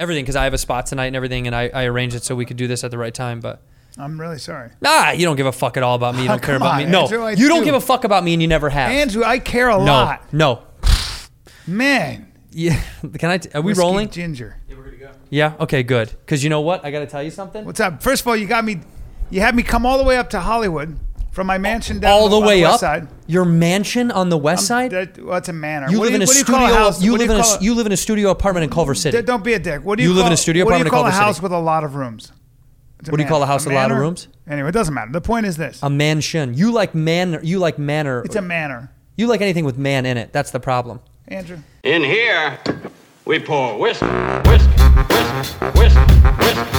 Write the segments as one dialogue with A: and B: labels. A: everything because I have a spot tonight and everything, and I, I arranged it so we could do this at the right time. But
B: I'm really sorry.
A: ah, you don't give a fuck at all about me. You don't care
B: Oh, come
A: about
B: on,
A: me. No,
B: Andrew, I
A: you don't
B: do.
A: give a fuck about me, and you never have.
B: Andrew, I care a
A: no,
B: lot.
A: no.
B: Man.
A: Yeah, can I? T- are we
B: Whiskey
A: rolling?
B: Ginger.
A: Yeah. Okay. Good. Because you know what? I got to tell you something.
B: What's up? First of all, you got me. You had me come all the way up to Hollywood from my mansion down
A: all
B: on
A: the way
B: west
A: up
B: Side.
A: your mansion on the west side.
B: That, well, that's a manor.
A: you
B: What
A: live
B: do
A: in a
B: what do
A: studio.
B: You, call a house?
A: you
B: what do
A: live in a
B: call
A: s- you live in a studio apartment in Culver City.
B: D- Don't be a dick. What do you,
A: You live
B: call,
A: in a studio
B: What do you
A: apartment in
B: call a
A: Culver City.
B: house with a lot of rooms? It's a
A: What do you
B: manor.
A: call a house with a lot of
B: manor?
A: rooms?
B: Anyway, it doesn't matter. The point is this:
A: A mansion. You like man. You like manor.
B: it's a manor.
A: you like anything with man in it. That's the problem.
B: Andrew,
C: In here, we pour whisk, whisk, whisk, whisk, whisk.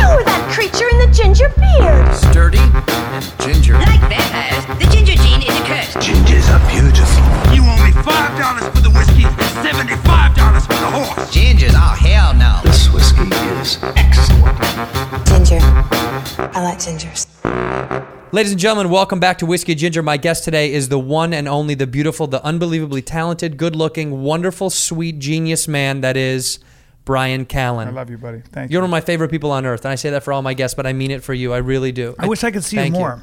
D: You were that creature in the ginger beard.
E: Sturdy and ginger.
F: Like vampires, the ginger gene is a curse.
G: Gingers are beautiful. You owe me five dollars for the whiskey and seventy-five dollars for the horse.
E: Gingers? Oh, hell no.
G: This whiskey is excellent.
H: Ginger. I like gingers.
A: Ladies and gentlemen, welcome back to Whiskey Ginger. My guest today is the one and only, the beautiful, the unbelievably talented, good looking, wonderful, sweet, genius man that is Brian Callen.
B: I love you, buddy. Thank
A: You're
B: you.
A: one of my favorite people on earth, and I say that for all my guests, but I mean it for you. I really do.
B: I wish I could see you
A: Thank
B: more.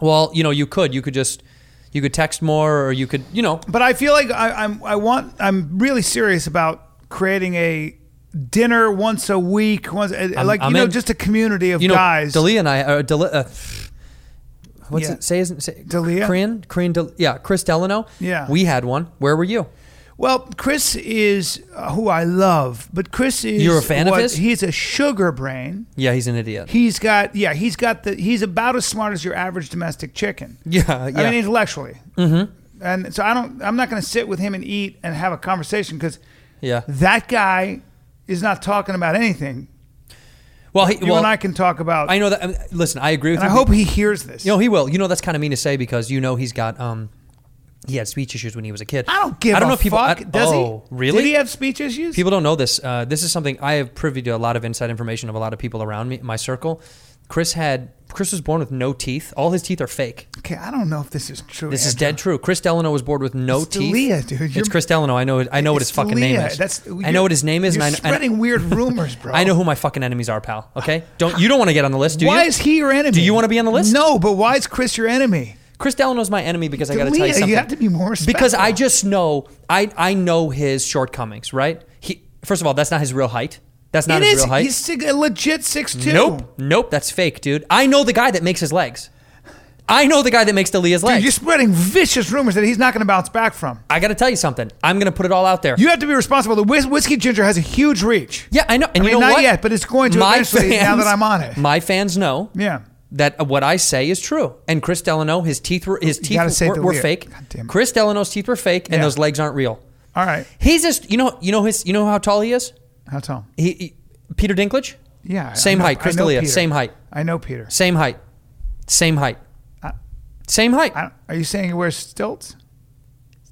A: Well, you know, you could. You could just, you could text more, or you could, you know,
B: But I feel like I, I'm. I want. I'm really serious about creating a dinner once a week. Once, I- I like
A: I'm
B: you know,
A: in.
B: just a community of
A: you know,
B: guys.
A: Dalia and I, uh, Dalia, uh, what's
B: Yeah.
A: it say? Isn't say
B: D'Elia?
A: Korean, Korean, Del, yeah, Chris Delano.
B: Yeah.
A: we had one. Where were you?
B: Well, Chris is uh, who I love, but Chris is
A: You're a fan of his?
B: He's a sugar brain.
A: Yeah, he's an idiot.
B: He's got yeah, he's got the he's about as smart as your average domestic chicken.
A: yeah, yeah.
B: I mean intellectually. Mm-hmm. And so I don't I'm not going to sit with him and eat and have a conversation cuz
A: yeah.
B: that guy is not talking about anything.
A: Well, he,
B: You
A: well,
B: and I can talk about
A: I know that. I mean, listen, I agree with
B: and I
A: you.
B: hope he hears this.
A: You know he will. You know that's kind of mean to say because you know he's got um, he had speech issues when he was a kid.
B: I don't give
A: I don't
B: a
A: know if people.
B: fuck.
A: I-
B: Does
A: oh,
B: he?
A: Really?
B: Did he have speech issues?
A: people don't know this. Uh, this is something I have privy to a lot of inside information of a lot of people around me, my circle. Chris had. Chris was born with no teeth. All his teeth are fake.
B: okay, I don't know if this is true.
A: This is
B: Andrew.
A: dead true. Chris Delano was born with no
B: It's
A: teeth.
B: D'Elia, dude. You're-
A: It's Chris Delano. I know. I know what his
B: It's
A: fucking name
B: Leah.
A: is.
B: That's
A: I know what his name is.
B: You're
A: and I,
B: spreading
A: and I-
B: weird rumors, bro.
A: I know who my fucking enemies are, pal. Okay. Don't you don't want to get on the list, do you?
B: why is he your enemy?
A: Do you wanna be on the list?
B: No, but why is Chris your enemy?
A: Chris Delano's my enemy because I got to tell
B: Leah,
A: you
B: you
A: something.
B: have to be more
A: Because I
B: respectful.
A: just know I I know his shortcomings, right? He first of all, that's not his real height. That's not
B: it
A: his
B: is.
A: real height.
B: He's sig- a legit six two.
A: nope, nope, that's fake, dude. I know the guy that makes his legs. I know the guy that makes Delia's legs.
B: You're spreading vicious rumors that he's not going to bounce back from.
A: I got to tell you something. I'm gonna put it all out there.
B: You have to be responsible. The whis- whiskey ginger has a huge reach.
A: yeah, I know. And
B: I
A: you
B: mean,
A: know
B: not
A: what?
B: yet, but it's going to eventually. now that I'm on it,
A: my fans know
B: yeah.
A: that what I say is true. And Chris Delano, his teeth were his
B: gotta
A: teeth
B: say
A: were, were
B: D'Elia.
A: fake.
B: God damn it.
A: Chris Delano's teeth were fake, and
B: Yeah.
A: those legs aren't real.
B: All right,
A: He's just you know you know his you know how tall he is.
B: how tall?
A: He, he Peter Dinklage.
B: Yeah, I-
A: Same
B: I know-
A: height,
B: I
A: Chris
B: know
A: D'Elia,
B: Peter.
A: same height.
B: I know Peter.
A: Same height. Same height.
B: I-
A: Same height.
B: I don't, are you saying he wears stilts?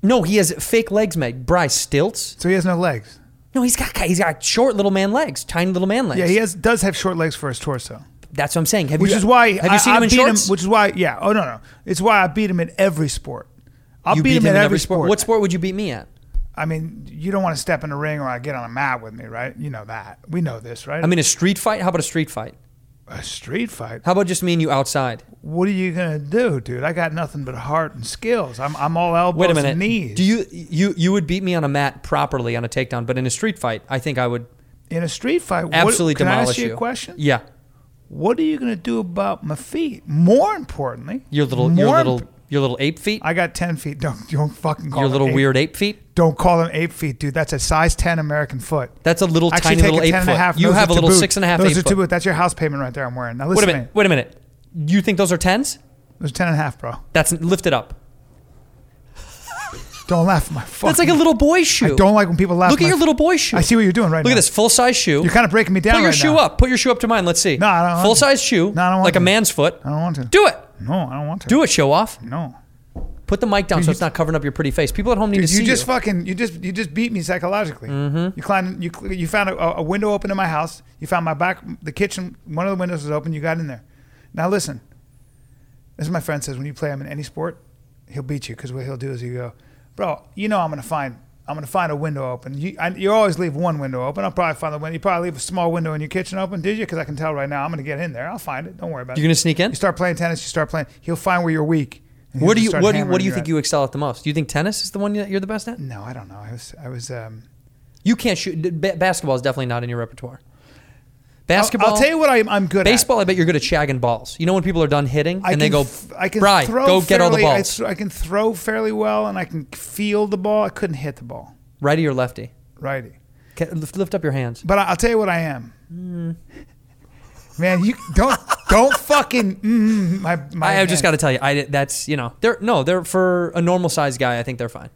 A: No, he has fake legs, mate. Bryce Stilts.
B: So he has no legs.
A: No, he's got he's got short little man legs, tiny little man legs.
B: Yeah, he has does have short legs for his torso.
A: That's what I'm saying. Have
B: which
A: you,
B: is why
A: have
B: I,
A: you seen
B: I
A: him in
B: beat
A: shorts?
B: Which is why, yeah. Oh no, no, it's why I beat him in every sport. I'll
A: you
B: beat, him, in every sport.
A: What sport would you beat me at?
B: I mean, you don't want to step in a ring or I get on a mat with me, right? You know that. We know this, right?
A: I mean, a street fight. How about a street fight?
B: a street fight.
A: How about just me and you outside?
B: What are you gonna do, dude? I got nothing but heart and skills. I'm, I'm all elbows
A: Wait a minute.
B: and knees.
A: Do you you you would beat me on a mat properly on a takedown, but in a street fight, I think I would
B: in a street fight? what-
A: absolutely
B: can
A: demolish
B: I ask you,
A: you.
B: a question?
A: Yeah,
B: What are you gonna do about my feet? More importantly,
A: your little your
B: more
A: little
B: imp-
A: your little ape feet,
B: I got ten feet. Don't don't fucking call
A: your
B: them
A: little
B: ape.
A: weird ape feet.
B: Don't call them eight feet, dude. That's a size ten American foot.
A: That's a little
B: Actually,
A: tiny
B: take
A: little
B: a
A: eight
B: 10 and
A: foot.
B: a half.
A: You
B: Those
A: have
B: are
A: a
B: to
A: little
B: boot.
A: six and a half
B: Those
A: eight
B: are
A: foot.
B: to boot. That's your house payment right there. I'm wearing. Now
A: Wait a
B: listen.
A: minute. Wait a minute. You think those are tens?
B: It was ten and a half, bro.
A: That's lift it up.
B: Don't laugh at my fucking.
A: That's like a little boy shoe.
B: I don't like when people laugh.
A: Look at
B: my-
A: your little boy shoe.
B: I see what you're doing right
A: Look
B: now.
A: at this full size shoe.
B: You're kind of breaking me down.
A: Put your
B: right
A: shoe
B: now.
A: up. Put your shoe up to mine. Let's see.
B: No, I don't want
A: Full
B: to.
A: size shoe.
B: No, I don't want
A: Like a
B: to.
A: man's foot.
B: I don't want to.
A: Do it.
B: No, I don't want to.
A: Do it. Show off.
B: No.
A: Put the mic down so
B: you-
A: it's not covering up your pretty face. People at home need
B: Dude,
A: to see
B: you just
A: you. Mm-hmm.
B: fucking you just you just beat me psychologically. You climbed you cl- you found a, a window open in my house. You found my back the kitchen. One of the windows was open. You got in there. Now listen, this is my friend says when you play him in any sport, he'll beat you because what he'll do is he'll go, bro. You know I'm gonna find I'm gonna find a window open. You I, you always leave one window open. I'll probably find the window. You probably leave a small window in your kitchen open, did you? Because I can tell right now I'm gonna get in there. I'll find it. Don't worry about it.
A: You're gonna sneak in?
B: You start playing tennis. You start playing. He'll find where you're weak. and he'll
A: What do
B: just
A: you
B: start
A: what do you what
B: hammering
A: do you
B: your Mm.
A: think
B: ass.
A: you excel at the most? Do you think tennis is the one that you're the best at?
B: No, I don't know. I was I was. Um,
A: You can't shoot. ba- basketball is definitely not in your repertoire.
B: I'll-
A: Basketball.
B: I'll, tell you what I'm, I'm good
A: Baseball, I bet you're good at shagging balls. You know when people are done hitting and
B: at. I
A: they
B: can
A: go,
B: th- I can
A: "Bri,
B: throw
A: go get all the
B: fairly- I
A: balls."
B: th- I, can throw fairly well, and I can feel the ball. I couldn't hit the ball,
A: righty or lefty?
B: righty.
A: Ca- lift, lift up your hands.
B: But I, I'll tell you what I am.
A: Hmm.
B: Man, you don't don't fucking. Mm, my, my
A: I, have just got
B: hand.
A: to tell you, I that's you know they're no they're for a normal sized guy. I think they're fine.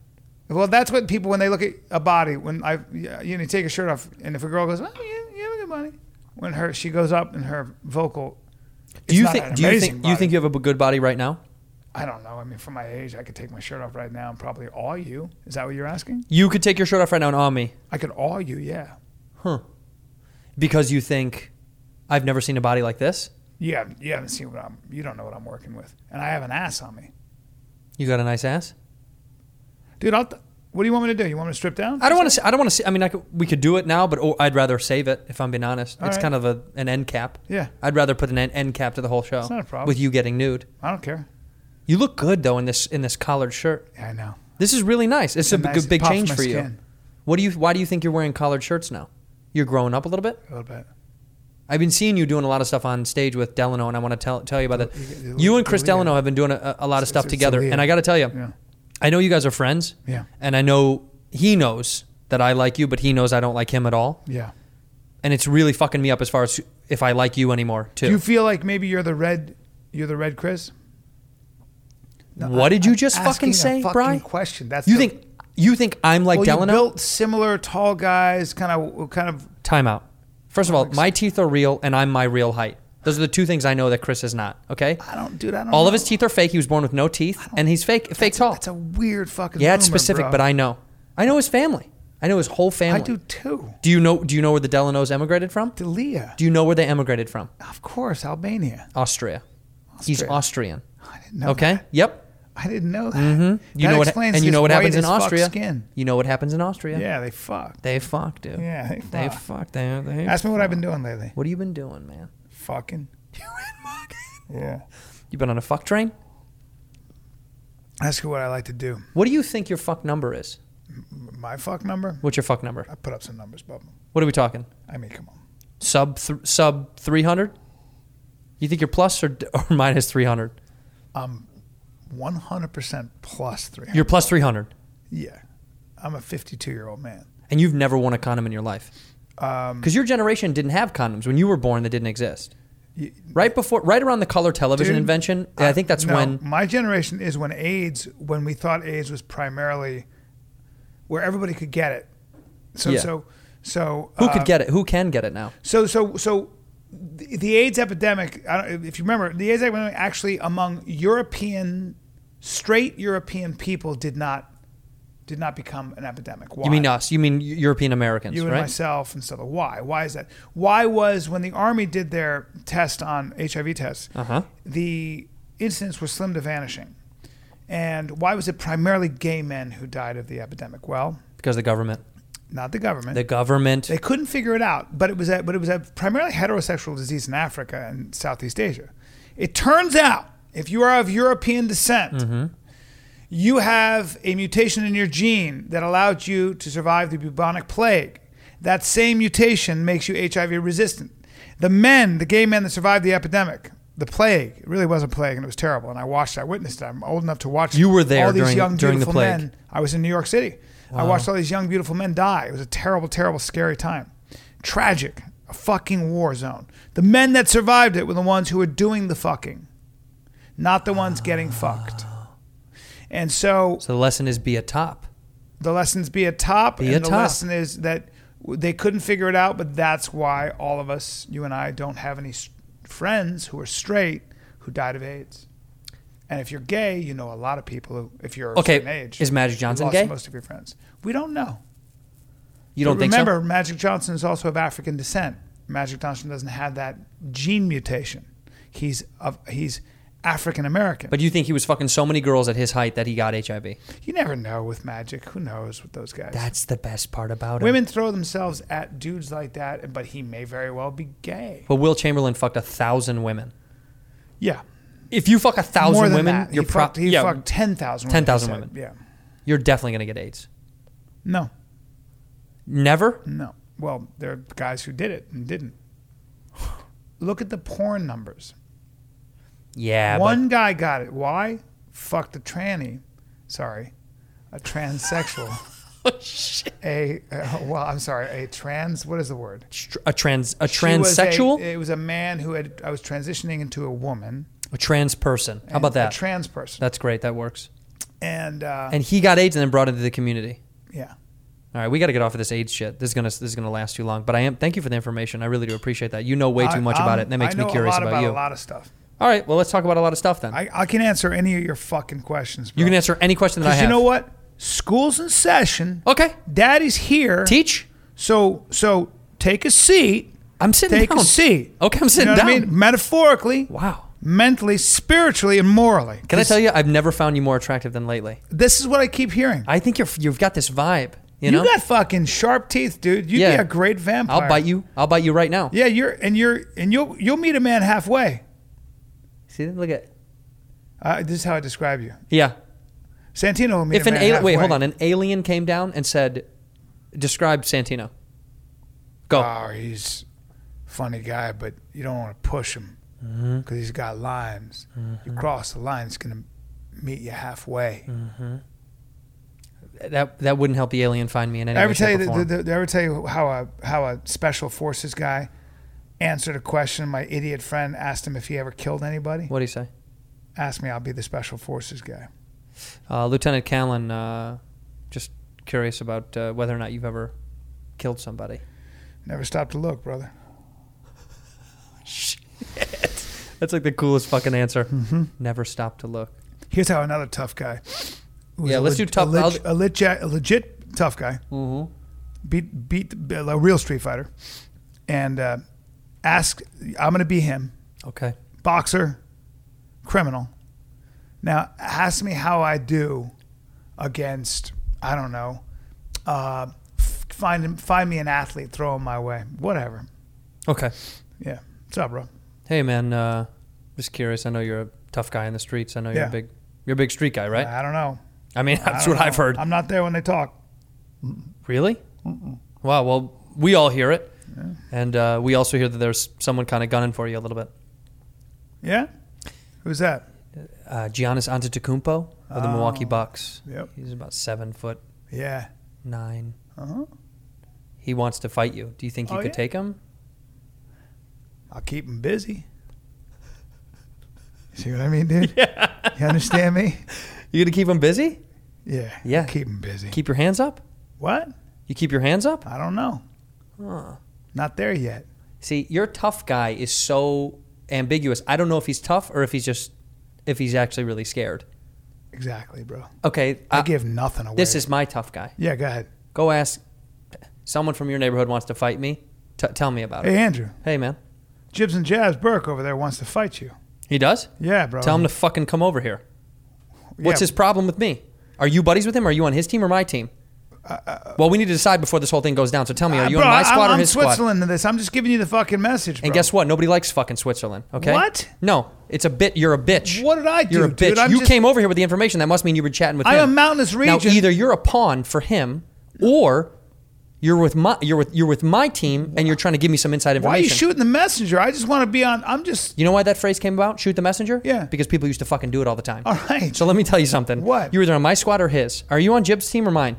B: Well, that's what people when they look at a body when I you know you take a shirt off and if a girl goes, "Oh, well, you, you have a good body. When her she goes up and her vocal.
A: Do you think? Do you think? You think you have a b- good body right now?
B: I don't know. I mean, for my age, I could take my shirt off right now and probably awe you. Is that what you're asking?
A: You could take your shirt off right now and awe me
B: I could awe you, yeah.
A: because you think I've never seen a body like this.
B: You haven't, you haven't seen what I'm, you don't know what I'm working with. And I have an ass on me.
A: You got a nice ass.
B: Dude, I'll, t- what do you want me to do? You want me to strip down?
A: I don't want to. I don't want to. I mean, I could, we could do it now, but oh, I'd rather save it. If I'm being honest,
B: All
A: it's
B: right.
A: kind of a, an end cap.
B: Yeah.
A: I'd rather put an en- end cap to the whole show.
B: not a problem.
A: With you getting nude,
B: I don't care.
A: you look good though in this in this collared shirt.
B: Yeah, I know.
A: This is really nice. It's, a,
B: a
A: big-
B: nice-
A: big
B: pops
A: change
B: my
A: for you.
B: skin.
A: What do you? Why do you think you're wearing collared shirts now? You're growing up a little bit.
B: A little bit.
A: I've been seeing you doing a lot of stuff on stage with Delano, and I want to tell tell you about that.
B: you- you-
A: You and Chris
B: you-
A: Delano have been doing a, a lot of stuff
B: it's
A: together,
B: Leah.
A: and I got to tell you,
B: Yeah.
A: I know you guys are friends.
B: Yeah.
A: And I know he knows that I like you, but he knows I don't like him at all,
B: Yeah.
A: and it's really fucking me up as far as if I like you anymore too.
B: Do you feel like maybe you're the red, you're the red Chris?
A: what did you just fucking
B: Asking
A: say,
B: a fucking
A: Brian?
B: question. That's
A: You
B: the-
A: think you think I'm like
B: well,
A: Delano?
B: you built similar tall guys, kind of, kind of.
A: Time out. First of all, my teeth are real, and I'm my real height. Those are the two things I know that Chris is not. Okay.
B: I don't, dude. I don't.
A: All of
B: know.
A: his teeth are fake. He was born with no teeth, and he's fake, fake tall.
B: That's a weird fucking.
A: yeah, it's
B: rumor,
A: specific,
B: bro.
A: but I know. I know his family. I know his whole
B: I
A: family.
B: do too.
A: Do you know? Do you know where the Delanos emigrated from?
B: Dalia,
A: Do you know where they emigrated from?
B: of course, Albania.
A: Austria. He's
B: Austria.
A: Austrian.
B: I didn't know.
A: Okay.
B: that.
A: Yep.
B: I didn't know that.
A: Mhm. You
B: That
A: know what?
B: explains
A: And you
B: his
A: know what
B: white
A: happens in
B: as fuck
A: Austria.
B: Skin.
A: You know what happens in Austria.
B: Yeah, they fucked.
A: They fuck, dude.
B: Yeah, they
A: They
B: fuck.
A: fuck. They, they
B: Ask me what I've been doing lately.
A: What have you been doing, man?
B: Fucking. Yeah.
A: You been on a fuck train?
B: Ask her what I like to do.
A: What do you think your fuck number is?
B: My fuck number.
A: What's your fuck number?
B: I put up some numbers, Bob.
A: What are we talking?
B: I mean, come on.
A: Sub th- sub three hundred. You think you're plus or, d- or minus three hundred?
B: One hundred percent plus three.
A: You're plus three hundred,
B: Yeah. I'm a fifty-two year old man.
A: and you've never worn a condom in your life.
B: Um,
A: Because your generation didn't have condoms when you were born; they didn't exist. right before, right around the color television
B: Dude,
A: invention, I, think that's
B: no,
A: when.
B: my generation is when AIDS, when we thought AIDS was primarily where everybody could get it. So
A: Yeah.
B: so so
A: Who could get it? Who can get it now?
B: So so so the the AIDS epidemic. I don't, if you remember, the AIDS epidemic actually among European straight European people did not did not become an epidemic. Why?
A: You mean us? You mean Eu- European Americans,
B: You and
A: right?
B: myself and stuff. Why? Why is that? Why was when the army did their test on HIV tests,
A: Uh-huh.
B: the incidence was slim to vanishing, and why was it primarily gay men who died of the epidemic? Well,
A: Because the government,
B: not the government.
A: the government.
B: They couldn't figure it out, but it was a, but it was a primarily heterosexual disease in Africa and Southeast Asia. It turns out if you are of European descent, you have a mutation in your gene that allowed you to survive the bubonic plague. That same mutation makes you HIV resistant. The men, the gay men that survived the epidemic, the plague, it really was a plague and it was terrible. And I watched, I witnessed it. I'm old enough to watch.
A: You were there
B: all these
A: during-
B: young,
A: during the
B: beautiful
A: plague.
B: men. I was in New York City. I watched all these young, beautiful men die. It was a terrible, terrible, scary time. Tragic. A fucking war zone. The men that survived it were the ones who were doing the fucking, not the ones getting fucked. And so
A: So the lesson is be a top.
B: The lessons be a top,
A: Be
B: and
A: a
B: the
A: top.
B: lesson is that w- they couldn't figure it out, but that's why all of us, you and I, don't have any s- friends who are straight who died of AIDS. And if you're gay, you know a lot of people who, if you're a
A: Okay,
B: certain age,
A: is Magic
B: you
A: Johnson
B: lost
A: gay?
B: Most of your friends, we don't know.
A: You don't
B: But
A: think
B: remember,
A: so?
B: Magic Johnson is also of African descent. Magic Johnson doesn't have that gene mutation. He's of he's African American.
A: But you think he was fucking so many girls at his height that he got HIV?
B: you never know with Magic. Who knows with those guys?
A: That's the best part about it.
B: Women throw themselves at dudes like that, but he may very well be gay.
A: But Will Chamberlain fucked a thousand women.
B: Yeah,
A: If you fuck a thousand
B: more than
A: women,
B: that.
A: you're
B: he
A: pro-
B: fucked, he
A: yeah,
B: fucked ten thousand.
A: 10,000
B: Yeah,
A: You're definitely gonna get AIDS.
B: no,
A: Never.
B: no. Well, there are guys who did it and didn't. Look at the porn numbers.
A: Yeah.
B: One guy got it. Why? Fucked a tranny. Sorry, a transsexual.
A: Oh,
B: A uh, well, I'm sorry. A trans. What is the word?
A: But tr- a trans a
B: She was a-
A: transsexual, a,
B: it was a man who had. I was transitioning into a woman.
A: trans person. How about
B: and
A: that?
B: A trans person.
A: That's great. That works.
B: and uh,
A: And he got AIDS and then brought it into the community.
B: yeah,
A: All right, we got to get off of this AIDS shit. This is gonna this is gonna last too long. But I am thank you for the information. I really do appreciate that. You know way too
B: I-
A: much about
B: I'm-
A: it. and That makes
B: I
A: me
B: know
A: curious
B: a lot about,
A: you.
B: a lot of stuff.
A: All right, well let's talk about a lot of stuff then.
B: I, I can answer any of your fucking questions. Bro.
A: you can answer any question that I
B: 'Cause
A: have.
B: you know what? School's in session.
A: Okay.
B: Daddy's here.
A: Teach.
B: So so take a seat.
A: I'm sitting
B: Take
A: down.
B: a seat.
A: Okay, I'm
B: You
A: sitting
B: know what
A: down.
B: I mean? Metaphorically.
A: Wow.
B: mentally, spiritually, and morally.
A: Can I
B: This-
A: tell you? I've never found you more attractive than lately.
B: This is what I keep hearing.
A: I think you're you've got this vibe. You
B: you
A: know.
B: got fucking sharp teeth, dude. You'd
A: Yeah.
B: be a great vampire.
A: I'll bite you. I'll bite you right now.
B: Yeah, you're and you're and you'll you'll meet a man halfway.
A: See, look at.
B: Uh, this is how I describe you.
A: Yeah.
B: Santino will meet
A: If
B: a
A: an
B: man
A: alien,
B: halfway.
A: wait, hold on. An alien came down and said, "Describe Santino." Go.
B: Oh, he's a funny guy, but you don't want to push him because he's got lines. You cross the line, it's gonna meet you halfway.
A: that that wouldn't help the alien find me in any
B: Did I ever
A: way.
B: tell you
A: shape, or
B: that?
A: form.
B: Did I ever tell you how a how a special forces guy answered a question? My idiot friend asked him if he ever killed anybody.
A: What do you say,
B: Asked me, I'll be the special forces guy.
A: uh, Lieutenant Callan? Uh, just curious about uh, whether or not you've ever killed somebody.
B: Never stopped to look, brother.
A: That's like the coolest fucking answer.
B: Mm-hmm.
A: Never stop to look.
B: Here's how another tough guy. who was
A: Yeah,
B: a
A: let's do tough-
B: A, leg-
A: I'll- Mm-hmm.
B: a, leg- a legit tough guy. Beat beat a real street fighter, and uh, ask. I'm gonna be him.
A: Okay.
B: boxer, criminal. Now ask me how I do against I don't know. Uh, f- find him, find me an athlete, throw him my way, whatever.
A: Okay.
B: Yeah, what's up, bro?
A: Hey man, uh, just curious. I know you're a tough guy in the streets. I know you're
B: Yeah.
A: a big, you're a big street guy, right?
B: I don't know.
A: I mean,
B: I
A: that's
B: don't
A: what
B: know.
A: I've heard.
B: I'm not there when they talk.
A: Really? Wow. Well, we all hear it, and uh, we also hear that there's someone kind of gunning for you a little bit.
B: Yeah, who's that?
A: Uh, Giannis Antetokounmpo of the Milwaukee Bucks.
B: Oh. Yep.
A: He's about seven foot
B: Yeah,
A: 9 He wants to fight you. Do you think you
B: Uh-huh. Oh,
A: could
B: yeah.
A: take him?
B: I'll keep him busy. See what I mean, dude? Yeah. You understand me?
A: You gonna keep him busy?
B: Yeah.
A: Yeah.
B: Keep him busy.
A: Keep your hands up.
B: what?
A: You keep your hands up.
B: I don't know. Not there yet.
A: See, your tough guy is so ambiguous. I don't know if he's tough or if he's just if he's actually really scared.
B: Exactly, bro.
A: Okay,
B: I
A: I-
B: give nothing away.
A: Uh, this is my tough guy.
B: Yeah, go ahead.
A: Go ask someone from your neighborhood wants to fight me. T- tell me about
B: Hey,
A: it.
B: Andrew,
A: Hey, man,
B: Jibs and Jabs Burke over there wants to fight you.
A: he does.
B: Yeah, bro.
A: Tell him to fucking come over here. What's
B: Yeah.
A: his problem with me? Are you buddies with him? Are you on his team or my team? well, we need to decide before this whole thing goes down. So tell me, are you
B: Uh, Ah, bro,
A: on my
B: I-
A: squad
B: I'm,
A: or his
B: I'm
A: squad?
B: Switzerland to this. I'm just giving you the fucking message, bro.
A: And guess what? Nobody likes fucking Switzerland. Okay.
B: What?
A: No, it's a bit. You're a bitch.
B: What did I do,
A: You're a bitch.
B: dude? I'm
A: you
B: just-
A: came over here with the information. That must mean you were chatting with
B: I'm
A: him.
B: a mountainous region.
A: Now either you're a pawn for him, or you're with my you're with you're with my team, and you're trying to give me some inside information.
B: Why are you shooting the messenger? I just want to be on. I'm just.
A: You know why that phrase came about? Shoot the messenger?
B: Yeah.
A: Because people used to fucking do it all the time.
B: All right.
A: So let me tell you something.
B: What?
A: You're either on my squad or his. Are you on Jib's team or mine?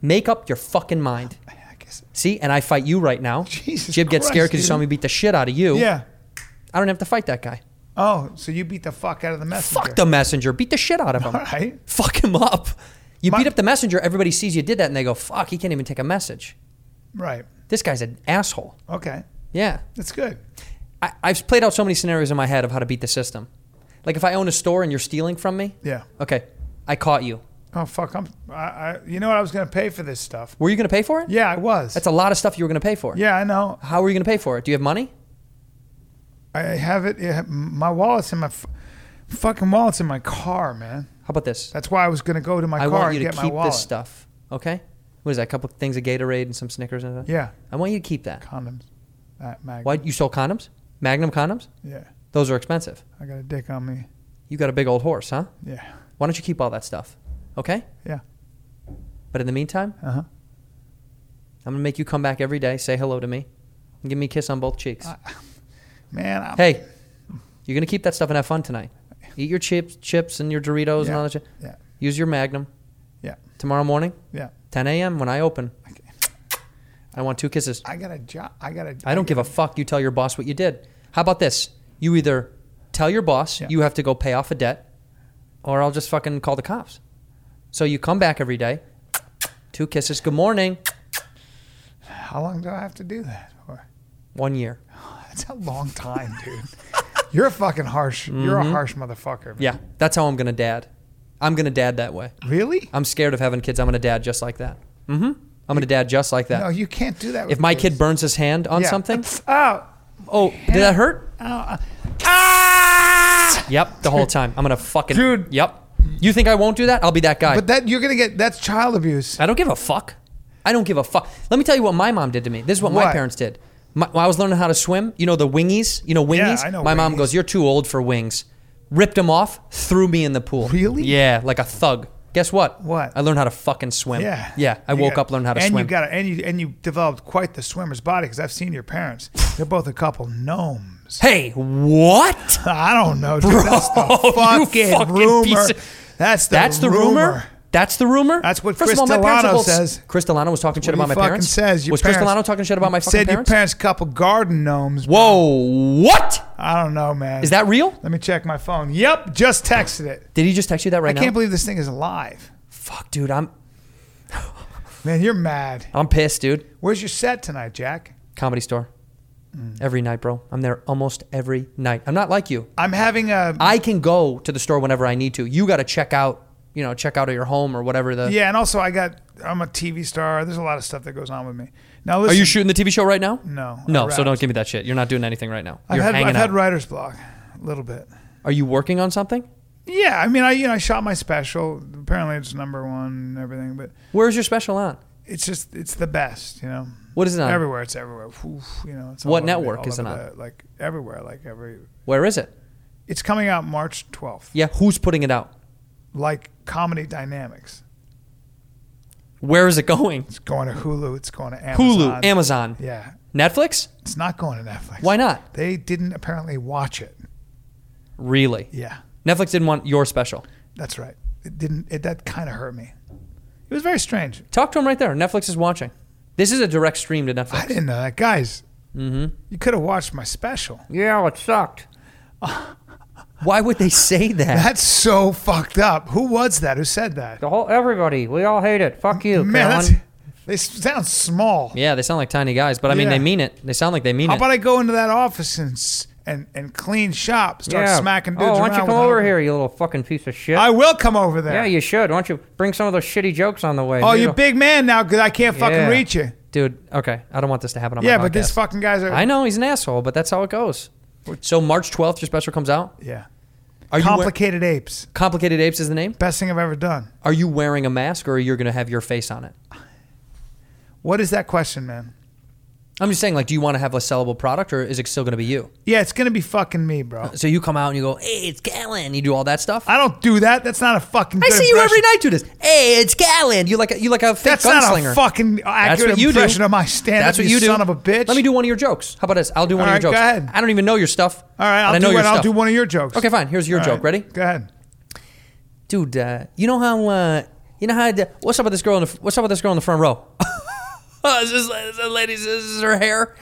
A: Make up your fucking mind.
B: I guess.
A: See, and I fight you right now.
B: Jesus
A: Jib gets scared
B: Christ,
A: because he saw
B: dude.
A: me beat the shit out of you.
B: Yeah.
A: I don't have to fight that guy.
B: Oh, so you beat the fuck out of the messenger.
A: Fuck the messenger. Beat the shit out of him.
B: All right.
A: Fuck him up. You
B: My-
A: beat up the messenger, everybody sees you did that, and they go, fuck, he can't even take a message.
B: Right.
A: This guy's an asshole.
B: Okay.
A: Yeah.
B: That's good.
A: I, I've played out so many scenarios in my head of how to beat the system. Like if I own a store and you're stealing from me.
B: Yeah.
A: Okay, I caught you.
B: Oh fuck! I'm. I, I you know what? I was going to pay for this stuff.
A: Were you going to pay for it?
B: Yeah, I was.
A: That's a lot of stuff you were going to pay for.
B: yeah, I know.
A: How were you going to pay for it? Do you have money?
B: I have it. it my wallet's in my f- fucking wallet's in my car, man.
A: How about this?
B: That's why I was going to go to my
A: I
B: car
A: want
B: and
A: you to
B: get my
A: keep
B: wallet.
A: this stuff. Okay. What is that? A couple things of Gatorade and some Snickers and stuff.
B: Yeah,
A: I want you to keep that.
B: condoms. That mag.
A: Why you stole condoms? Magnum condoms?
B: Yeah,
A: Those are expensive.
B: I got a dick on me.
A: You got a big old horse, huh?
B: Yeah,
A: Why don't you keep all that stuff? Okay.
B: yeah.
A: But in the meantime,
B: Uh huh.
A: I'm gonna make you come back every day, say hello to me, and give me a kiss on both cheeks.
B: Uh, Man, I'm,
A: hey, you're gonna keep that stuff and have fun tonight. Eat your chips, chips, and your Doritos and
B: Yeah,
A: all that shit.
B: yeah.
A: Use your Magnum.
B: Yeah.
A: Tomorrow morning,
B: yeah.
A: 10 a.m. when I open, I want two kisses.
B: I got a job. I got a.
A: I don't give a fuck. You tell your boss what you did. How about this? You either tell your boss
B: Yeah.
A: you have to go pay off a debt, or I'll just fucking call the cops. So you come back every day, two kisses. Good morning.
B: How long do I have to do that for?
A: One year.
B: That's a long time, dude. You're a fucking harsh. You're a harsh motherfucker. man.
A: Mm-hmm. Yeah, that's how I'm gonna dad. I'm gonna dad that way.
B: Really?
A: I'm scared of having kids. I'm gonna dad just like that. Mm-hmm. I'm gonna dad just like that.
B: No, you can't do that.
A: if
B: with
A: my
B: kids.
A: kid burns his hand on
B: Yeah.
A: something,
B: Oh.
A: oh, did that hurt?
B: Uh, Ah!
A: Yep, the whole time. I'm gonna fucking
B: Dude.
A: Yep. You think I won't do that? I'll be that guy.
B: But that you're gonna get that's child abuse.
A: I don't give a fuck. I don't give a fuck. Let me tell you what my mom did to me. This is what, my
B: What?
A: parents did. My, when I was learning how to swim, you know the wingies. You know
B: Yeah,
A: wingies.
B: I know
A: my mom
B: wingies.
A: goes, "You're too old for wings." Ripped them off, threw me in the pool.
B: Really?
A: Yeah, like a thug. Guess what?
B: What?
A: I learned how to fucking swim.
B: Yeah.
A: Yeah. I
B: You
A: woke
B: got-
A: up, learned how to
B: and
A: swim.
B: You got and you and you developed quite the swimmer's body because I've seen your parents. They're both a couple gnomes.
A: hey, what?
B: I don't know, dude. that's the
A: you
B: fucking,
A: fucking
B: rumor.
A: piece of-
B: that's the
A: That's the rumor. That's the rumor.
B: That's what
A: First
B: Chris
A: of all, my parents are
B: Delano
A: both-
B: says.
A: Chris Delano was talking shit
B: What he
A: about my
B: fucking
A: parents.
B: says your
A: was
B: parents,
A: Chris Delano talking shit about my fucking
B: said
A: parents?
B: your parents couple garden gnomes.
A: Whoa, what?
B: I don't know, man.
A: Is that real?
B: Let me check my phone. Yep, just texted it.
A: Did he just text you that right
B: I
A: now?
B: can't believe this thing is alive.
A: Fuck, dude. I'm
B: Man, you're mad.
A: I'm pissed, dude.
B: Where's your set tonight, Jack?
A: Comedy store. Every night, bro. I'm there almost every night. I'm not like you.
B: I'm having a
A: I can go to the store whenever I need to. You got to check out, you know, check out of your home or whatever the
B: Yeah, and also I got I'm a TV star. There's a lot of stuff that goes on with me. Now
A: Are
B: listen,
A: you shooting the TV show right now?
B: No, I
A: No, so
B: wrapped.
A: don't give me that shit. You're not doing anything right now.
B: I've
A: You're
B: had
A: hanging
B: I've
A: out.
B: had writer's block a little bit.
A: Are you working on something?
B: Yeah, I mean I you know I shot my special. Apparently it's number one and everything, but
A: Where's your special on?
B: it's just it's the best, you know.
A: What is it on?
B: Everywhere it's everywhere. Oof, you know, it's all
A: What
B: over
A: network
B: all
A: is it
B: over
A: on?
B: the- like everywhere, like every.
A: Where is it?
B: It's coming out March 12th.
A: Yeah, who's putting it out?
B: Like Comedy Dynamics.
A: Where is it going?
B: It's going to Hulu. It's going to Amazon.
A: Hulu, Amazon,
B: Yeah,
A: Netflix?
B: it's not going to Netflix.
A: Why not?
B: They didn't apparently watch it.
A: Really?
B: Yeah.
A: Netflix didn't want your special.
B: That's right. It didn't. It, that kind of hurt me. It was very strange.
A: Talk to him right there. Netflix is watching. This is a direct stream to
B: I
A: Netflix.
B: didn't know that, uh, guys. You could have watched my special.
A: Mm-hmm. Yeah, it sucked. Why would they say that?
B: That's so fucked up. Who was that? Who said that?
A: The whole everybody, we all hate it. Fuck you,
B: Man, that's,
A: Carolyn.
B: they s- sound small.
A: Yeah, they sound like tiny guys, but I mean, they
B: Yeah.
A: mean it. They sound like they mean
B: How
A: it.
B: about I go into that office and s- and, and clean shop, start smacking dudes around? with Hunger-
A: Oh, you little fucking piece of shit?
B: I will come over there.
A: should. Why don't you bring some of those shitty jokes on the way?
B: oh, you're big man now because I can't fucking
A: Yeah.
B: reach you.
A: dude. Okay, I don't want this to happen on my
B: Yeah,
A: podcast.
B: but these fucking guys are.
A: I know he's an asshole, but that's how it goes. So March twelfth, your special comes out.
B: Yeah.
A: Are you wear-
B: Complicated apes.
A: complicated apes is the name?
B: Best thing I've ever done.
A: Are you wearing a mask or are you going to have your face on it?
B: What is that question, man?
A: I'm just saying, like, do you want to have a sellable product or is it still going to be you?
B: Yeah, it's gonna be fucking me, bro.
A: So you come out and you go, "Hey, it's Callan." You do all that stuff.
B: I don't do that. That's not a fucking.
A: I
B: good
A: see you every
B: impression.
A: night do this. Hey, it's Callan. You like a, you like a fake
B: That's
A: gunslinger.
B: not a fucking
A: That's
B: accurate
A: what you do.
B: impression of my stand.
A: That's what you, do.
B: son of a bitch.
A: Let me do one of your jokes. How about this? I'll do one
B: All
A: of your
B: right,
A: jokes.
B: go ahead.
A: I don't even know your stuff.
B: All right,
A: but
B: I'll
A: I know
B: do
A: your
B: one. I'll
A: stuff.
B: do one of your jokes.
A: Okay, fine. Here's your
B: All
A: joke.
B: right,
A: Ready?
B: Go ahead.
A: dude, uh, you know how uh, you know how I d- what's up with this girl in the f- what's up with this girl in the front row? oh, is this, is this lady, is this her hair?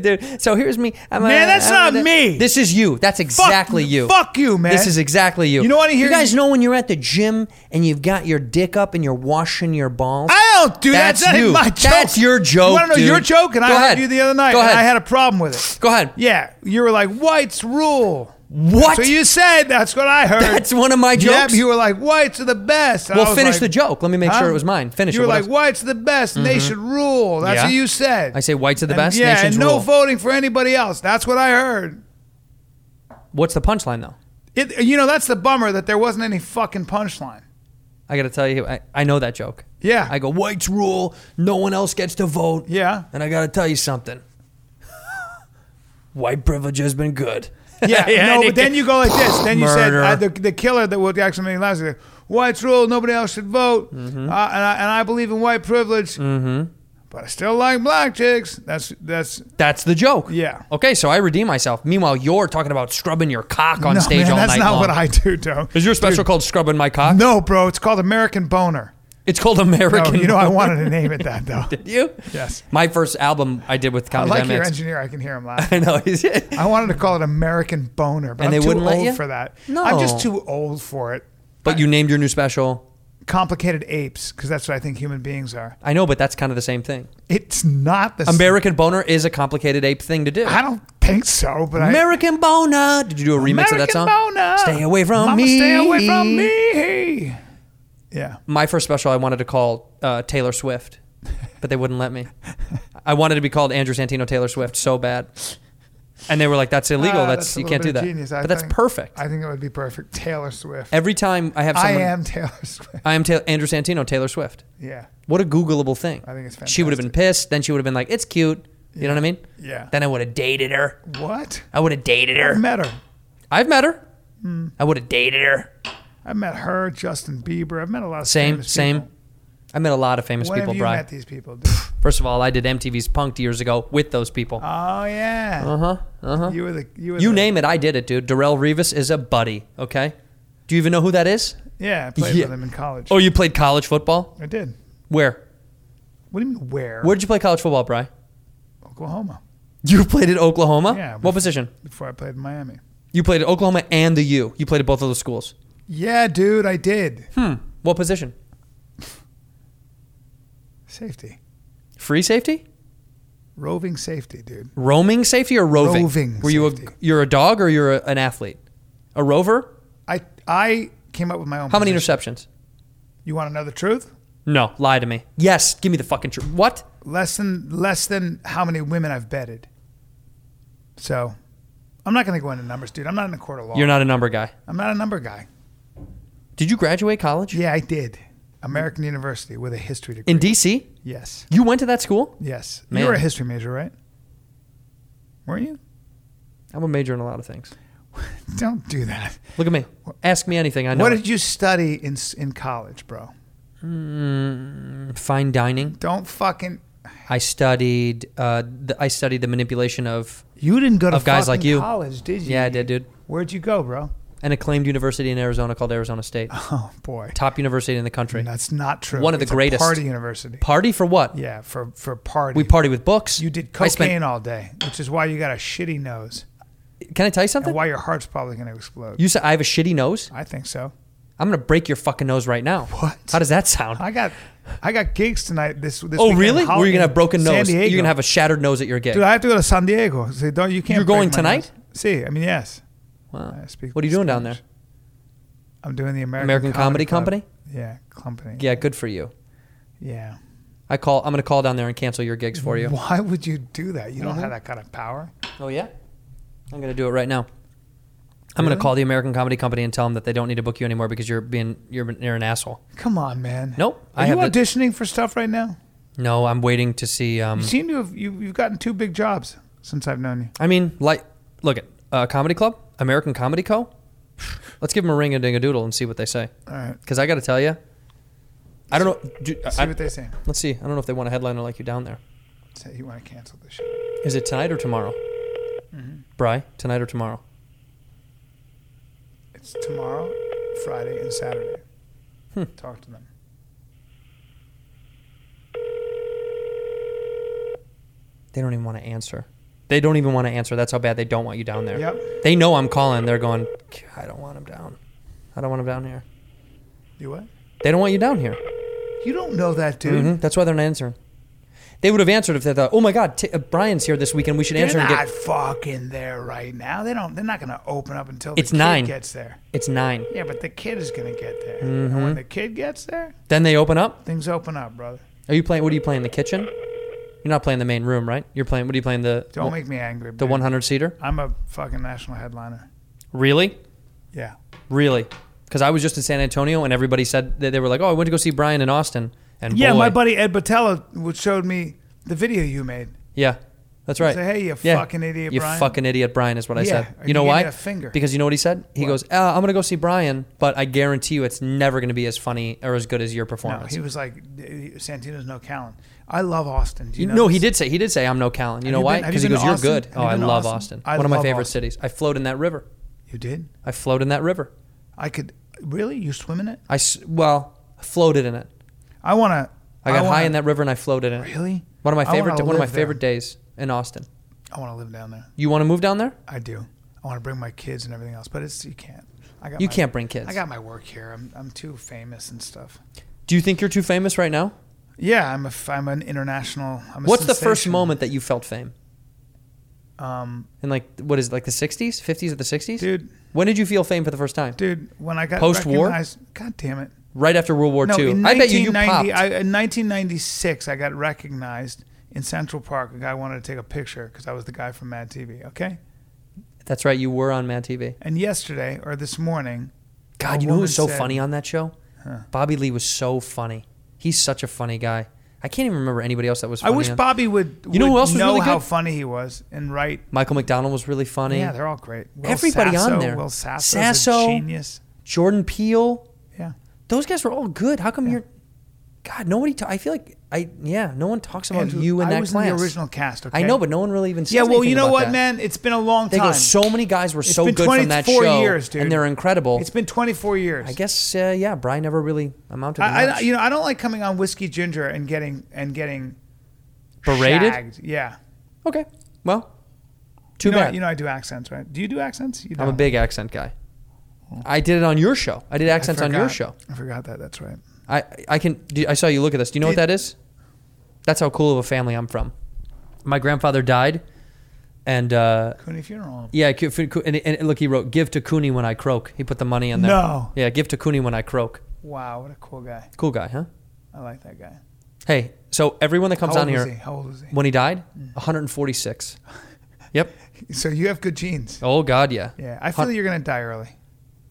A: Dude, so here's me. I'm a-
B: Man, that's
A: I'm
B: not
A: a-
B: me.
A: This is you. That's exactly you.
B: fuck you, man.
A: This is exactly you.
B: You know what I hear?
A: You guys know when you're at the gym and you've got your dick up and you're washing your balls.
B: I don't do that.
A: That's
B: That ain't
A: you.
B: my joke.
A: That's your joke,
B: You want to know your
A: dude.
B: joke? And
A: Go
B: I
A: ahead.
B: had you the other night.
A: Go
B: and
A: ahead.
B: I had a problem with it.
A: Go ahead.
B: Yeah, you were like, whites rule.
A: What?
B: So you said that's what I heard.
A: That's one of my
B: Yep,
A: jokes?
B: you were like, whites are the best. And I
A: well,
B: was
A: finish
B: like,
A: the joke. Let me make
B: huh?
A: sure it was mine. Finish
B: You
A: it.
B: were
A: What
B: like,
A: else?
B: whites are the best. and They should rule. That's
A: Yeah.
B: what you said.
A: I say whites are the
B: And-
A: best,
B: Yeah,
A: nations
B: and no
A: rule.
B: voting for anybody else. That's what I heard.
A: What's the punchline, though?
B: It, you know, that's the bummer that there wasn't any fucking punchline.
A: I got to tell you, I, I know that joke.
B: Yeah.
A: I go, whites rule. No one else gets to vote.
B: Yeah.
A: And I got to tell you something. White privilege has been good.
B: Yeah, no,
A: and
B: but
A: it-
B: then you go like this. Then you
A: Murder.
B: said uh, the, the killer that would actually make last year. White's rule, nobody else should vote, uh,
A: Mm-hmm.
B: and, I, and I believe in white privilege. Mm-hmm. But I still like black chicks. That's that's
A: That's the joke.
B: Yeah.
A: Okay, so I redeem myself. Meanwhile, you're talking about scrubbing your cock on
B: no,
A: stage
B: man,
A: all
B: that's
A: night
B: not
A: long.
B: what I do, Joe.
A: Is your special called Scrubbing My Cock?
B: No, bro, it's called American Boner.
A: It's called
B: No,
A: American.
B: you know I
A: Boner.
B: wanted to name it that though.
A: you?
B: Yes.
A: My first album I did with
B: I
A: Comedy
B: like
A: Jam
B: your
A: X.
B: engineer. I can hear him
A: I
B: laughing.
A: know. he's-
B: I wanted to call it American Boner, but
A: And
B: I'm
A: they
B: too
A: wouldn't let
B: old
A: you?
B: for that.
A: No.
B: I'm just too old for it.
A: but you named your new special.
B: Complicated apes, because that's what I think human beings are.
A: I know, but that's kind of the same thing.
B: It's not the same.
A: American Boner is a complicated ape thing to do.
B: I don't think so, but I.
A: American Boner. Did you do a remix of that
B: American
A: song?
B: Boner.
A: Stay away from
B: Mama,
A: me.
B: Stay away from me. Yeah.
A: My first special I wanted to call uh, Taylor Swift, but they wouldn't let me. I wanted to be called Andrew Santino Taylor Swift so bad. And they were like, that's illegal.
B: Ah,
A: that's,
B: a
A: you
B: little
A: can't
B: bit
A: do
B: of
A: that.
B: Genius. I
A: but that's
B: think-
A: perfect.
B: I think it would be perfect. Taylor Swift.
A: Every time I have
B: I
A: someone,
B: am Taylor Swift.
A: I am Ta- Andrew Santino Taylor Swift.
B: Yeah.
A: What a Googleable thing.
B: I think it's
A: She would have been pissed. Then she would have been like, it's cute. You know what I mean?
B: Yeah.
A: Then I would have dated her.
B: What?
A: I would have dated
B: I
A: her.
B: met Hmm. her.
A: I've met her. I would have dated her.
B: I met her, Justin Bieber. I've met a lot of
A: Same,
B: famous
A: same.
B: People.
A: I met a lot of famous
B: When
A: people,
B: have you
A: Brian.
B: met these people? Dude?
A: First of all, I did MTV's Punked years ago with those people.
B: oh yeah. Uh huh. Uh huh. You were the. You, were
A: Uh-huh, you
B: the,
A: name it, I did it, dude. Darrell Revis is a buddy, okay? Do you even know who that is?
B: Yeah, I played
A: Yeah.
B: with him in college.
A: Oh, you played college football?
B: I did.
A: Where?
B: What do you mean where?
A: Where did you play college football, Bry?
B: Oklahoma.
A: You played at Oklahoma?
B: Yeah,
A: What
B: before-
A: position?
B: Before I played in Miami.
A: You played at Oklahoma and the U. You played at both of those schools.
B: Yeah, dude, I did.
A: Hmm. What position?
B: Safety.
A: Free safety?
B: Roving safety, dude.
A: Roaming safety or roving?
B: Roving
A: Were you a
B: safety.
A: you're a dog or you're a, an athlete? A rover?
B: I I came up with my own.
A: How many
B: position.
A: interceptions?
B: You want to know the truth?
A: No, lie to me. Yes, give me the fucking truth. What?
B: Less than less than how many women I've betted. So, I'm not going to go into numbers, dude. I'm not in the court of law.
A: You're not a number guy.
B: I'm not a number guy.
A: Did you graduate college?
B: Yeah, I did. American University with a history degree.
A: In DC?
B: yes,
A: You went to that school?
B: yes.
A: Man.
B: You were a history major, right? Were you?
A: I'm a major in a lot of things.
B: Don't do that.
A: Look at me. Ask me anything. I know.
B: What
A: it.
B: did you study in s- in college, bro?
A: Fine dining.
B: Don't fucking.
A: I studied. Uh, the, I studied the manipulation of
B: You didn't go to
A: Of guys
B: fucking
A: like you.
B: college, did you?
A: Yeah, I did, dude.
B: Where'd you go, bro?
A: an acclaimed university in Arizona called Arizona State,
B: Oh boy,
A: top university in the country.
B: that's not true.
A: One of the
B: It's a
A: greatest.
B: party university.
A: Party for what?
B: Yeah, for for party.
A: We party with books.
B: You did
A: I
B: cocaine
A: spent-
B: all day, which is why you got a shitty nose
A: can I tell you something?
B: and why your heart's probably going to explode.
A: you said I have a shitty nose.
B: I think so.
A: I'm gonna break your fucking nose right now.
B: What?
A: How does that sound?
B: I got I got gigs tonight. This this.
A: oh
B: weekend.
A: really?
B: How-
A: Or you're gonna have broken
B: San
A: nose?
B: Diego.
A: You're gonna have a shattered nose at your gig.
B: Dude, I have to go to San Diego. So don't you can't.
A: You're
B: break
A: going
B: my
A: tonight?
B: nose. See, I mean yes.
A: Wow.
B: I speak
A: What are you doing down
B: Spanish.
A: there?
B: I'm doing the American
A: American Comedy
B: Club.
A: Company?
B: Yeah, company.
A: Yeah, good for you.
B: Yeah.
A: I call. I'm gonna call down there and cancel your gigs for you.
B: Why would you do that? You
A: Mm-hmm.
B: don't have that kind of power.
A: Oh yeah, I'm gonna do it right now. I'm gonna call the American Comedy Company and tell them that they don't need to book you anymore because you're being you're, you're an asshole.
B: Come on, man.
A: Nope,
B: Are
A: I
B: you
A: have the-
B: auditioning for stuff right now?
A: No, I'm waiting to see. Um,
B: You seem to have you, you've gotten two big jobs since I've known you.
A: I mean, like, look at uh, comedy club, American Comedy Co. Let's give them a ring a ding a doodle and see what they say.
B: All right.
A: Because I got to tell you, I don't know. Do,
B: See
A: I,
B: what they say.
A: let's see. I don't know if they want a headliner like you down there.
B: Say you want to cancel this shit.
A: Is it tonight or tomorrow?
B: Mm-hmm.
A: Bry, tonight or tomorrow?
B: It's tomorrow, Friday, and Saturday.
A: Hmm.
B: Talk to them.
A: They don't even want to answer. They don't even want to answer. That's how bad they don't want you down there.
B: Yep.
A: They know I'm calling. They're going, I don't want him down. I don't want him down here.
B: You what?
A: They don't want you down here.
B: You don't know that, dude.
A: Mhm. That's why they're not answering. They would have answered if they thought, oh my God, T- uh, Brian's here this weekend. We should
B: They're
A: answer and
B: not
A: get.
B: fucking there right now. They don't. They're not going to open up until
A: It's
B: the kid
A: nine.
B: gets there.
A: It's nine.
B: Yeah, but the kid is going to get there.
A: Mm-hmm.
B: And when the kid gets there,
A: Then they open up.
B: things open up, brother.
A: Are you playing? What are you playing? The kitchen? You're not playing the main room, right? You're playing. What are you playing? The
B: Don't make me angry.
A: the
B: man.
A: 100 seater?
B: I'm a fucking national headliner.
A: Really?
B: Yeah.
A: Really? Because I was just in San Antonio and everybody said that they were like, "Oh, I went to go see Brian in Austin." And
B: Yeah,
A: boy-
B: my buddy Ed Botello showed me the video you made.
A: Yeah, that's right.
B: said, "Hey, you fucking idiot,
A: you
B: Brian."
A: fucking idiot, Brian," is what I
B: Yeah,
A: said.
B: and
A: You know
B: he gave
A: why?
B: me a finger.
A: Because you know what he said? He goes, uh, "I'm gonna go see Brian, but I guarantee you, it's never gonna be as funny or as good as your
B: No,
A: performance."
B: he was like, Santino's no Callan. I love Austin. Do you
A: You-
B: know
A: no, he
B: this?
A: did say he did say I'm no Callan. You know
B: you
A: why?
B: been- have
A: Because he
B: you
A: goes,
B: been to
A: "You're
B: Austin?
A: good."
B: Have
A: oh,
B: you
A: I
B: been to
A: love Austin.
B: Austin? I
A: One of my
B: love
A: favorite
B: Austin.
A: cities. I float in that river.
B: You did?
A: I float in that river.
B: I could. Really? You swim in it?
A: I s- well floated in it.
B: I want to.
A: I got
B: wanna,
A: high in that river and I floated in it.
B: Really?
A: One of my
B: I wanna
A: favorite one of my
B: live there.
A: favorite days in Austin.
B: I want to live down there.
A: You want to move down there?
B: I do. I want to bring my kids and everything else, but it's you can't. I got
A: You
B: my-
A: can't bring kids.
B: I got my work here. I'm I'm too famous and stuff.
A: Do you think you're too famous right now?
B: Yeah, I'm a f- I'm an international. I'm a
A: What's the first
B: sensation.
A: moment that you felt fame?
B: Um,
A: In like what is it, like the 60s, 50s of the 60s?
B: dude,
A: When did you feel fame for the first time?
B: dude, when I got
A: Post-war?
B: recognized- God damn it.
A: Right after World War
B: No,
A: II.
B: in
A: I bet you you
B: 1990
A: popped.
B: I, in 1996, I got recognized in Central Park. A guy wanted to take a picture because I was the guy from Mad TV. Okay,
A: That's right, you were on Mad TV.
B: and yesterday or this morning,
A: God,
B: A
A: you know who
B: woman
A: was so
B: said-
A: funny on that show? Bobby Lee was so funny. He's such a funny guy. I can't even remember anybody else that was
B: I
A: funny.
B: wish
A: on-
B: Bobby would.
A: You know
B: would
A: who else was
B: know
A: really
B: how
A: good?
B: funny he was and write.
A: Michael McDonald was really funny.
B: Yeah, they're all great. Will
A: Everybody on
B: Sasso,
A: there.
B: Will Sasso's
A: Sasso.
B: a genius.
A: Jordan Peele.
B: Yeah.
A: Those guys were all good. How come you're God, nobody ta- I feel like I yeah, no one talks about
B: Andrew,
A: you in
B: I
A: that
B: was in the
A: class.
B: original cast,
A: I
B: okay?
A: know, but no one really even says
B: Yeah, well,
A: anything
B: you know
A: about
B: what,
A: that.
B: man? It's been a long
A: They
B: time.
A: go. So many guys were
B: It's
A: so
B: been
A: good from that
B: 24
A: show,
B: years, dude.
A: and they're incredible.
B: It's been 24 years.
A: I guess, uh, yeah. Brian never really amounted to
B: I,
A: much.
B: I, you know, I don't like coming on whiskey ginger and getting and getting
A: Berated.
B: shagged. Yeah.
A: Okay. Well, too
B: You know,
A: bad.
B: you know, I do accents, right? Do you do accents? You
A: I'm a
B: don't.
A: big accent guy. I did it on your show. I did
B: I
A: accents on your show.
B: forgot. I forgot that. That's right.
A: I I can. Do, I saw you look at this. Do you know what
B: Did-
A: that is? That's how cool of a family I'm from. My grandfather died, and uh,
B: Cooney Funeral Home.
A: yeah, cu- fu- cu- and, and look, he wrote "Give to Cooney when I croak." He put the money in there.
B: No.
A: Yeah, give to Cooney when I croak.
B: Wow, what a cool guy.
A: Cool guy, huh?
B: I like that guy.
A: Hey, so everyone that comes
B: How
A: on
B: old was
A: here,
B: he? How old was he?
A: when he Mm. died, 146. Yep.
B: So you have good genes.
A: Oh God, yeah.
B: Yeah, I feel
A: Hun-
B: you're gonna die early.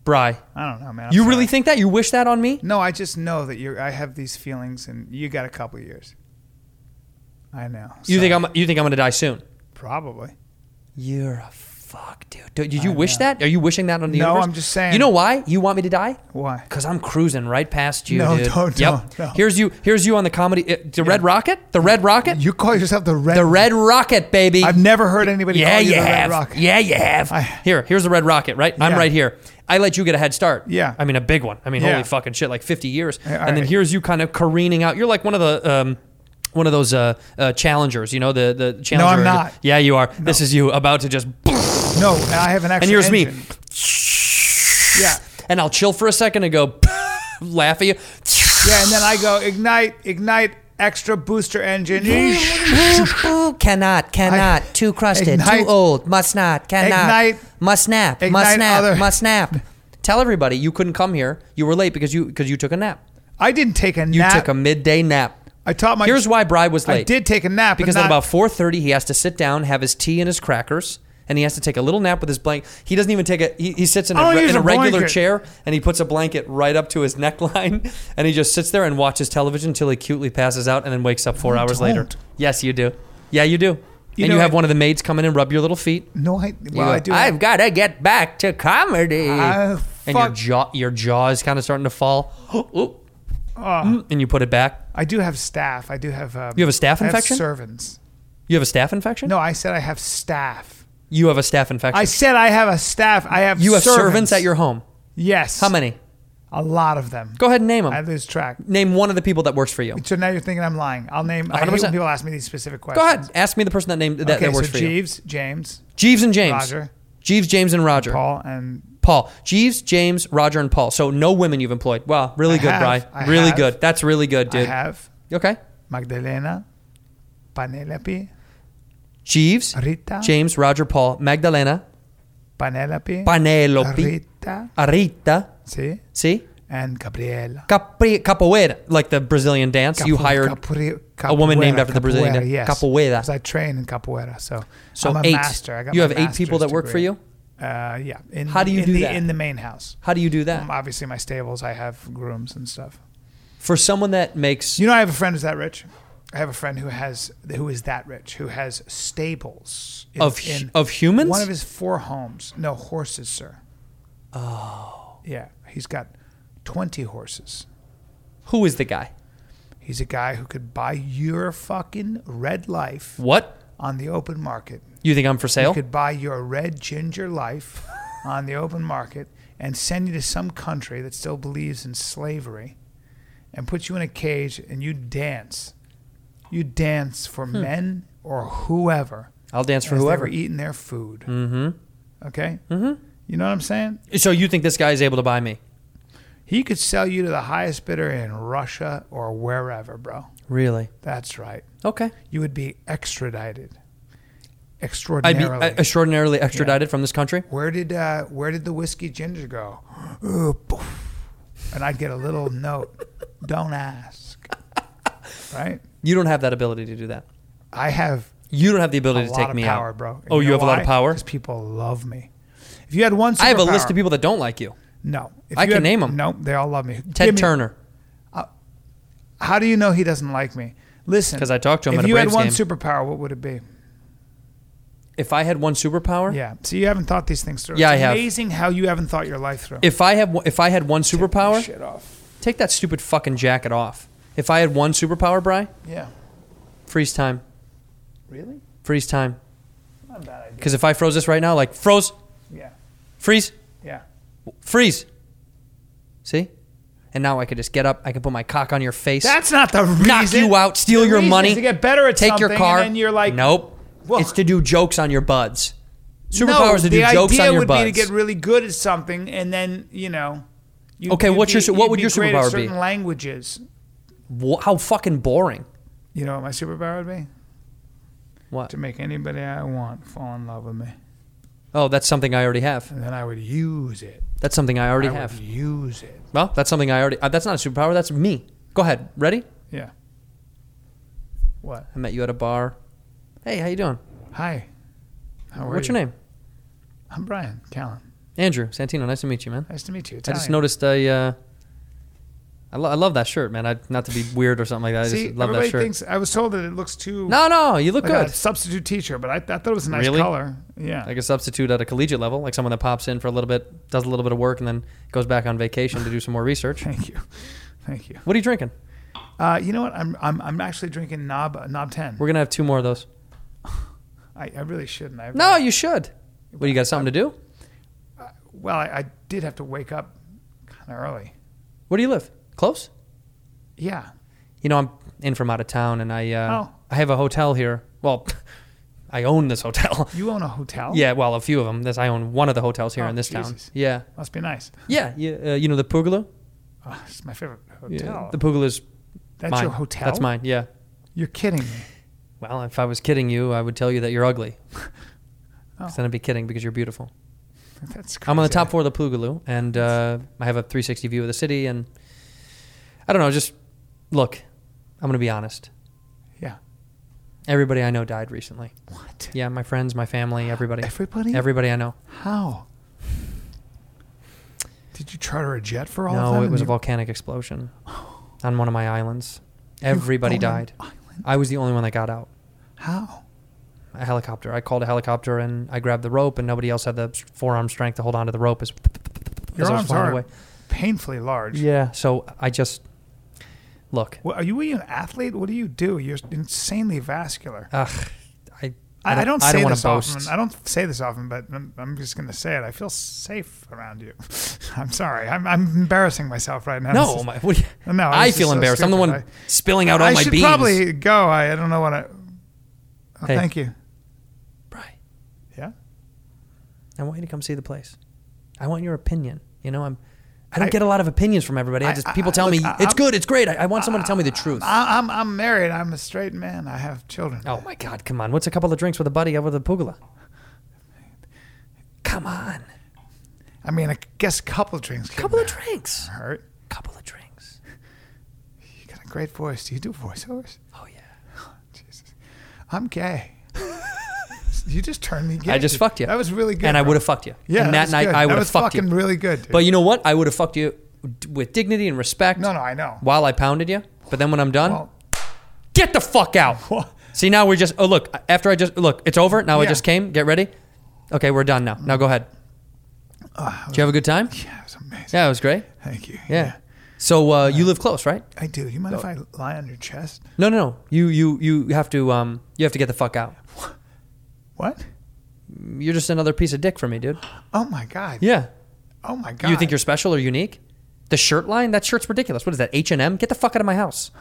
A: Bry.
B: I don't know, man. I'm
A: You
B: sorry.
A: really think that? You wish that on me?
B: No, I just know that you're. I have these feelings, and you got a couple years. I know.
A: You think
B: Sorry.
A: I'm? You think I'm gonna die soon?
B: probably?
A: You're a fuck, dude. Dude, Did you wish that? Are you wishing that on the
B: No,
A: universe?
B: I'm just saying.
A: You know why you want me to die?
B: Why?
A: Because I'm cruising right past you,
B: No,
A: dude.
B: don't,
A: yep.
B: don't, no.
A: Here's you. Here's you on the comedy. uh, the Red Rocket. The Red Rocket.
B: You call yourself the red?
A: the Red Rocket, baby.
B: I've never heard anybody
A: Yeah,
B: call you
A: you
B: the red
A: have.
B: rock.
A: Yeah, you have.
B: I-
A: here, here's the red rocket, right? I'm
B: Yeah.
A: right here. I let you get a head start.
B: Yeah.
A: I mean, a big one. I mean,
B: Yeah.
A: holy fucking shit, like 50 years.
B: Yeah, all
A: and then
B: right.
A: here's you kind of careening out. You're like one of the. Um, one of those uh, uh, challengers, you know the the challenger.
B: I'm not.
A: Yeah, you are. This is you about to just,
B: No, and I have an extra.
A: and here's me,
B: engine. Yeah,
A: and I'll chill for a second and go laugh at you.
B: yeah, and then I go ignite, ignite, extra booster engine.
A: cannot, cannot.
B: I-
A: too crusted,
B: Ignite-
A: too old. Must not, cannot.
B: Ignite-
A: must snap, must
B: ignite
A: snap,
B: other-
A: must snap. Tell everybody you couldn't come here. You were late because you because you took a nap.
B: I didn't take a
A: You
B: nap.
A: took a midday nap.
B: I taught my.
A: Here's why Bry was late.
B: I did take a nap but
A: because at
B: not-
A: about four thirty he has to sit down, have his tea and his crackers, and he has to take a little nap with his blanket. He doesn't even take a. He, he sits in
B: I
A: a,
B: don't
A: re-
B: use
A: in a
B: Oh, a
A: regular
B: blanket.
A: chair and he puts a blanket right up to his neckline, and he just sits there and watches television until he cutely passes out and then wakes up 4
B: I
A: hours later.
B: don't.
A: Yes, you do. Yeah, you do. and you
B: know,
A: have
B: I-
A: one of the maids come in and rub your little feet.
B: No, I.
A: You
B: Well,
A: go,
B: I do.
A: I've got to get back to comedy.
B: I-
A: and your
B: fuck.
A: jaw, your jaw is kind of starting to fall. Oop.
B: Ah.
A: Mm, and you put it back.
B: I do have staff. I do have. Um,
A: You have a staph
B: I have
A: infection?
B: servants.
A: You have a staph infection?
B: No, I said I have staff.
A: You have a staph infection.
B: I said I have a staff. I have.
A: you have servants. at your home.
B: Yes.
A: How many?
B: A lot of them.
A: Go ahead and name them.
B: I lose track.
A: name one of the people that works for you.
B: So now you're thinking I'm lying. I'll name. I hate
A: 100%.
B: when people ask me these specific questions.
A: Go ahead. Ask me the person that named that,
B: okay,
A: that works
B: so
A: for you.
B: Jeeves, James,
A: Jeeves and James.
B: Roger.
A: Jeeves, James, and Roger.
B: Paul, and
A: Paul. Jeeves, James, Roger, and Paul. So no women you've employed. Wow, really
B: I
A: good,
B: have,
A: Brian.
B: I
A: really
B: have.
A: good. That's really good,
B: I
A: dude.
B: have
A: Okay.
B: Magdalena, Penelope,
A: Jeeves,
B: Rita.
A: James, Roger, Paul, Magdalena,
B: Penelope,
A: Penelope,
B: Rita,
A: Arita,
B: see,
A: see,
B: and Gabriela.
A: Capri, Capoeira, like the Brazilian dance. you
B: Capo-
A: hired
B: capri-
A: a woman named
B: capoeira,
A: after the Brazilian
B: capoeira,
A: dan-
B: yes.
A: capoeira.
B: 'Cause I train in capoeira, so
A: So
B: I'm a
A: eight.
B: master. I got
A: You
B: my
A: have eight people that
B: master's
A: work for
B: degree.
A: you?
B: Uh, yeah. In,
A: How do you
B: in
A: do
B: the,
A: that?
B: in the main house?
A: How do you do that?
B: Um, obviously, my stables. I have grooms and stuff.
A: For someone that makes
B: You know, I have a friend who's that rich. I have a friend who has who is that rich who has stables in-
A: Of hu- of humans?
B: One of his four homes, no horses, sir. Oh. Yeah, he's got twenty horses.
A: who is the guy?
B: He's a guy who could buy your fucking red life
A: What?
B: on the open market.
A: You think I'm for
B: He
A: sale?
B: could buy your red ginger life on the open market and send you to some country that still believes in slavery and put you in a cage and you dance. You dance for men or whoever.
A: Hmm. I'll dance for
B: as
A: whoever.
B: They were eating their food. Mm-hmm. Okay? Mm-hmm. You know what I'm saying?
A: So you think this guy is able to buy me?
B: He could sell you to the highest bidder in Russia or wherever, bro.
A: Really?
B: That's right.
A: Okay.
B: You would be extradited.
A: I'd be
B: Extraordinarily.
A: uh, extraordinarily extradited from this country.
B: where did uh, where did the whiskey ginger go? Ooh, poof. And I'd get a little note. Don't ask. Right?
A: You don't have that ability to do that.
B: I have
A: You don't have the ability
B: a
A: to
B: lot
A: take
B: of
A: me
B: power,
A: out,
B: bro. And
A: Oh, you,
B: know
A: have a lot
B: why?
A: of power.
B: 'Cause people love me. If you had one,
A: I have a list of
B: superpower-
A: people that don't like you.
B: No, if
A: I
B: you
A: can
B: had-
A: name 'em.
B: No, they all love me.
A: Ted
B: Give me-
A: Turner.
B: How do you know he doesn't like me? Listen,
A: 'Cause I talked to him
B: If
A: at a
B: you had
A: Braves
B: one
A: game.
B: superpower, what would it be?
A: If I had one superpower,
B: Yeah. So you haven't thought these things through.
A: Yeah,
B: It's
A: I have.
B: Amazing how you haven't thought your life through.
A: If I have, one- if I had one superpower,
B: Shit off.
A: take that stupid fucking jacket off. If I had one superpower, Bry,
B: Yeah.
A: freeze time,
B: Really?
A: freeze time.
B: Not a bad idea.
A: Because if I froze this right now, like froze,
B: Yeah.
A: freeze,
B: Yeah.
A: freeze. See, and now I could just get up. I can put my cock on your face.
B: That's not the reason.
A: knock you out, steal
B: The
A: your
B: reason
A: money,
B: is to get better at
A: take your
B: something,
A: car.
B: and then you're like,
A: nope.
B: Well-
A: it's to do jokes on your buds.
B: No,
A: Superpowers to do
B: the
A: jokes
B: idea
A: on your
B: would
A: buds.
B: be to get really good at something, and then you know. You'd,
A: Okay,
B: you'd
A: what's your
B: be-
A: su- what
B: you'd
A: would
B: be
A: your
B: great at
A: superpower be?
B: certain Languages.
A: Wha- How fucking boring.
B: You know what my superpower would be?
A: What?
B: To make anybody I want fall in love with me,
A: Oh, that's something I already have.
B: and then I would use it.
A: That's something I already
B: I
A: have.
B: would use it.
A: Well, that's something I already. Uh, that's not a superpower. That's me. Go ahead. Ready?
B: Yeah. What?
A: I met you at a bar. Hey, how you doing?
B: Hi. How are
A: What's
B: you?
A: your name?
B: I'm Brian Callen.
A: Andrew Santino. Nice to meet you, man.
B: Nice to meet you.
A: I just
B: Italian.
A: noticed I. Uh, I, lo- I love that shirt, man. I, not to be weird or something like that. I
B: See,
A: just love that
B: everybody
A: shirt.
B: thinks I was told that it looks too
A: no, no, you look
B: like a
A: good.
B: substitute teacher, but I, I thought it was a nice
A: Really?
B: color. Yeah.
A: Like a substitute at a collegiate level, like someone that pops in for a little bit, does a little bit of work, and then goes back on vacation to do some more research.
B: Thank you. Thank you.
A: What are you drinking?
B: Uh, you know what? I'm I'm, I'm actually drinking Knob Knob 10.
A: We're gonna have two more of those.
B: I, I really shouldn't. I,
A: No, you should. What, you got something to do?
B: Well, I, I did have to wake up kind of early.
A: Where do you live? Close?
B: Yeah.
A: You know, I'm in from out of town, and I uh,
B: Oh.
A: I have a hotel here. Well, I own this hotel.
B: You own a hotel?
A: yeah, well, a few of them. This I own one of the hotels here
B: Oh,
A: in this town.
B: Jesus.
A: Yeah,
B: Must be nice.
A: yeah. You, uh, you know the Pugalo?
B: Oh, it's my favorite
A: Yeah,
B: hotel.
A: The Pugalo's
B: That's
A: mine.
B: Oh. your hotel?
A: That's mine. Yeah.
B: You're kidding me.
A: Well, if I was kidding you, I would tell you that you're ugly.
B: Oh.
A: 'Cause then I'd be kidding because you're beautiful.
B: That's crazy.
A: I'm on the top floor of the Pugaloo, and uh, I have a 360 view of the city. And I don't know, just look. I'm gonna be honest.
B: Yeah.
A: Everybody I know died recently.
B: What?
A: Yeah, my friends, my family, everybody.
B: Everybody?
A: Everybody I know.
B: How? Did you charter a jet for all of them?
A: No, it
B: and
A: was a
B: you-
A: volcanic explosion on one of my islands. Everybody
B: on
A: died.
B: island?
A: I was the only one that got out.
B: How?
A: A helicopter. I called a helicopter and I grabbed the rope, and nobody else had the forearm strength to hold onto the rope. As, as
B: Your
A: I was
B: arms
A: flying
B: are
A: away.
B: painfully large.
A: Yeah. So I just look.
B: Well, are you were you an athlete? What do you do? You're insanely vascular.
A: Ugh, I
B: I, I don't
A: I
B: say
A: don't wanna
B: this
A: boast.
B: often. I don't say this often, but I'm, I'm just going to say it. I feel safe around you. I'm sorry. I'm, I'm embarrassing myself right now. This
A: No,
B: is-
A: my, what do you-
B: No,
A: I
B: this is
A: feel
B: so
A: embarrassed. I'm the
B: stupid.
A: one spilling out all
B: I
A: my
B: should
A: beans.
B: probably go. I, I don't know what I. Oh,
A: Hey.
B: Thank you.
A: Brian,
B: Yeah.
A: I want you to come see the place. I want your opinion. You know, I'm. I don't get a lot of opinions from everybody. I just people tell me it's good, it's great. I, I want someone to tell me the truth.
B: I, I'm I'm married. I'm a straight man. I have children.
A: oh my God, come on! What's a couple of drinks with a buddy over the pugula? Come on,
B: I mean, I guess a couple drinks. couldn't
A: couple of drinks,
B: hurt.
A: couple of drinks.
B: You got a great voice. Do you do voiceovers?
A: Oh yeah.
B: Jesus, I'm gay. you just turned me gay.
A: I just fucked you.
B: That was really good.
A: And I
B: bro.
A: would have fucked you.
B: Yeah,
A: And
B: that
A: that,
B: was
A: night
B: good.
A: I
B: That
A: would have
B: was
A: fucked you.
B: fucking really good, dude.
A: But you know what? I would have fucked you d- with dignity and respect.
B: No, no, I know.
A: While I pounded you, but then when I'm done,
B: Well-
A: get the fuck out. See now we're just. Oh look. After I just look, it's over. Now I
B: Yeah.
A: just came. Get ready. Okay, we're done now. Now go ahead. Did you have a good time?
B: Yeah, it Ah, was amazing.
A: Yeah, it was great.
B: Thank you.
A: Yeah. So uh, you live close, right?
B: I do. You mind if I lie on your chest?
A: No, no, no. You, you, you have to. Um, you have to get the fuck out.
B: What?
A: You're just another piece of dick for me, dude.
B: Oh my god.
A: Yeah.
B: Oh my god.
A: You think you're special or unique? The shirt line? That shirt's ridiculous. What is that? H and M? Get the fuck out of my house.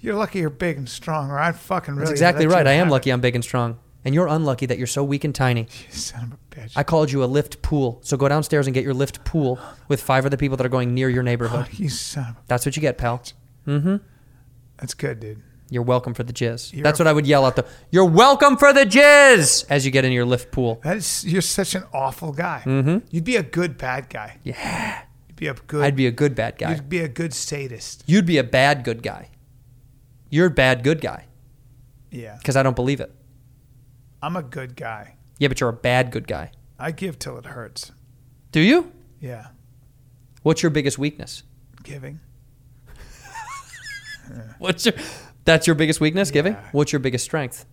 B: You're lucky you're big and strong, or I'd fucking really.
A: That's exactly
B: let you
A: right. I am
B: have
A: lucky.
B: it.
A: I'm big and strong, and you're unlucky that you're so weak and tiny.
B: You son of a bitch.
A: I called you a lift pool, so go downstairs and get your lift pool with five other people that are going near your neighborhood.
B: you son of a.
A: That's what you get, pal.
B: That's good, dude.
A: You're welcome for the jizz.
B: You're-
A: That's what I would yell out. The you're welcome for the jizz as you get in your lift pool.
B: That is, you're such an awful guy. Mm-hmm. You'd be a good bad guy. Yeah. You'd be a good.
A: I'd be a good bad guy.
B: You'd be a good sadist.
A: You'd be a bad good guy. You're a bad good guy
B: Yeah.
A: because I don't believe it.
B: I'm a good guy.
A: Yeah, but you're a bad good guy.
B: I give till it hurts.
A: Do you?
B: Yeah.
A: What's your biggest weakness?
B: Giving.
A: What's your That's your biggest weakness, giving?
B: Yeah.
A: What's your biggest strength?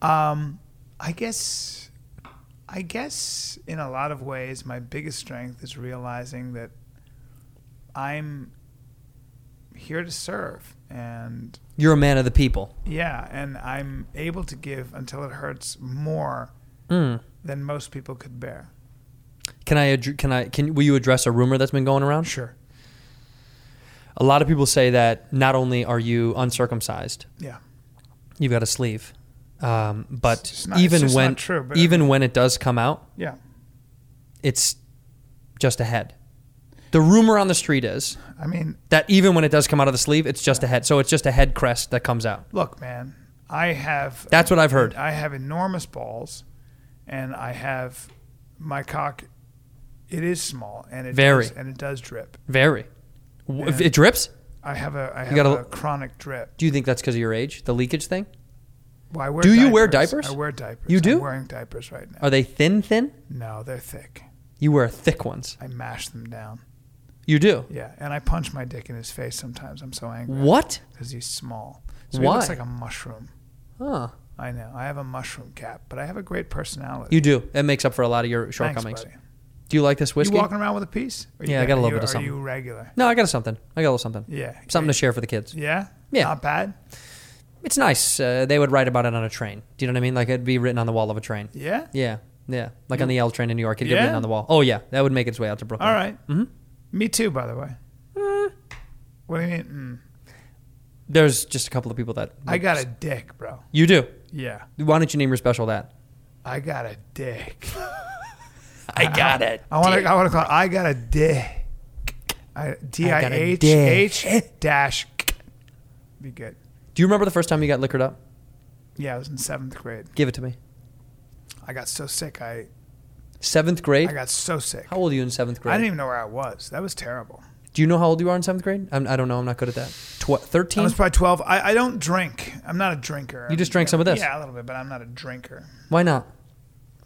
B: I guess. I guess in a lot of ways, my biggest strength is realizing that I'm here to serve and
A: You're a man of the people.
B: Yeah, and I'm able to give until it hurts more than most people could bear.
A: Can I ad- can I can will you address a rumor that's been going around?
B: Sure.
A: A lot of people say that not only are you uncircumcised,
B: Yeah.
A: you've got a sleeve. Um, but
B: It's just not-
A: even
B: it's just
A: when
B: not true, but I
A: even when it does come out,
B: Yeah.
A: it's just a head. The rumor on the street is
B: I mean,
A: that even when it does come out of the sleeve, it's just a head. So it's just a head crest that comes out.
B: look, man, I have.
A: That's what I've heard.
B: I have enormous balls, and I have my cock. It is small, and it
A: Very.
B: does, and it does drip.
A: Very. W If it drips.
B: I have a I have
A: gotta-
B: a chronic drip.
A: Do you think that's because of your age, the leakage thing?
B: Well, I wear
A: Do you wear diapers?
B: I wear diapers.
A: You do?
B: I'm wearing diapers right now.
A: Are they thin, thin?
B: No, they're thick.
A: You wear thick ones.
B: I mash them down.
A: You do.
B: Yeah, and I punch my dick in his face sometimes. I'm so angry.
A: What?
B: because he's small. So he looks
A: Mm. Why?
B: like a mushroom.
A: Huh.
B: I know. I have a mushroom cap, but I have a great personality.
A: You do. It makes up for a lot of your
B: Thanks,
A: shortcomings.
B: buddy.
A: do you like this whiskey?
B: You walking around with a piece? Or you
A: Yeah, I got a little
B: you-
A: bit of
B: are
A: something.
B: you regular?
A: no, I got something. I got a little something.
B: Yeah.
A: Something to share for the kids.
B: Yeah.
A: Yeah.
B: Not bad.
A: It's nice. Uh, they would write about it on a train. Do you know what I mean? Like it'd be written on the wall of a train.
B: Yeah.
A: Yeah. Yeah. Like on the L train in New York, it'd get
B: Yeah?
A: written on the wall. Oh yeah, that would make its way out to Brooklyn.
B: All Mm-hmm. Me too, by the way.
A: Mm.
B: What do you mean? Mm.
A: There's just a couple of people that
B: I got a dick, bro.
A: You do.
B: Yeah.
A: Why don't you name your special that?
B: I got a dick.
A: I got it.
B: I want to. I want to call. It, I got a dick. I D I
A: got a
B: H
A: dick.
B: H dash. Be good.
A: Do you remember the first time you got liquored up?
B: Yeah, I was in seventh grade.
A: Give it to me.
B: I got so sick. I
A: Seventh grade.
B: I got so sick.
A: how old are you in seventh grade?
B: I didn't even know where I was. That was terrible.
A: Do you know how old you are in seventh grade? I'm, I don't know. I'm not good at that. Tw-
B: I
A: 13?
B: was probably 12. I, I don't drink. I'm not a drinker.
A: Hmm. You just drank some of this.
B: Yeah, a little bit, but I'm not a drinker.
A: Why not?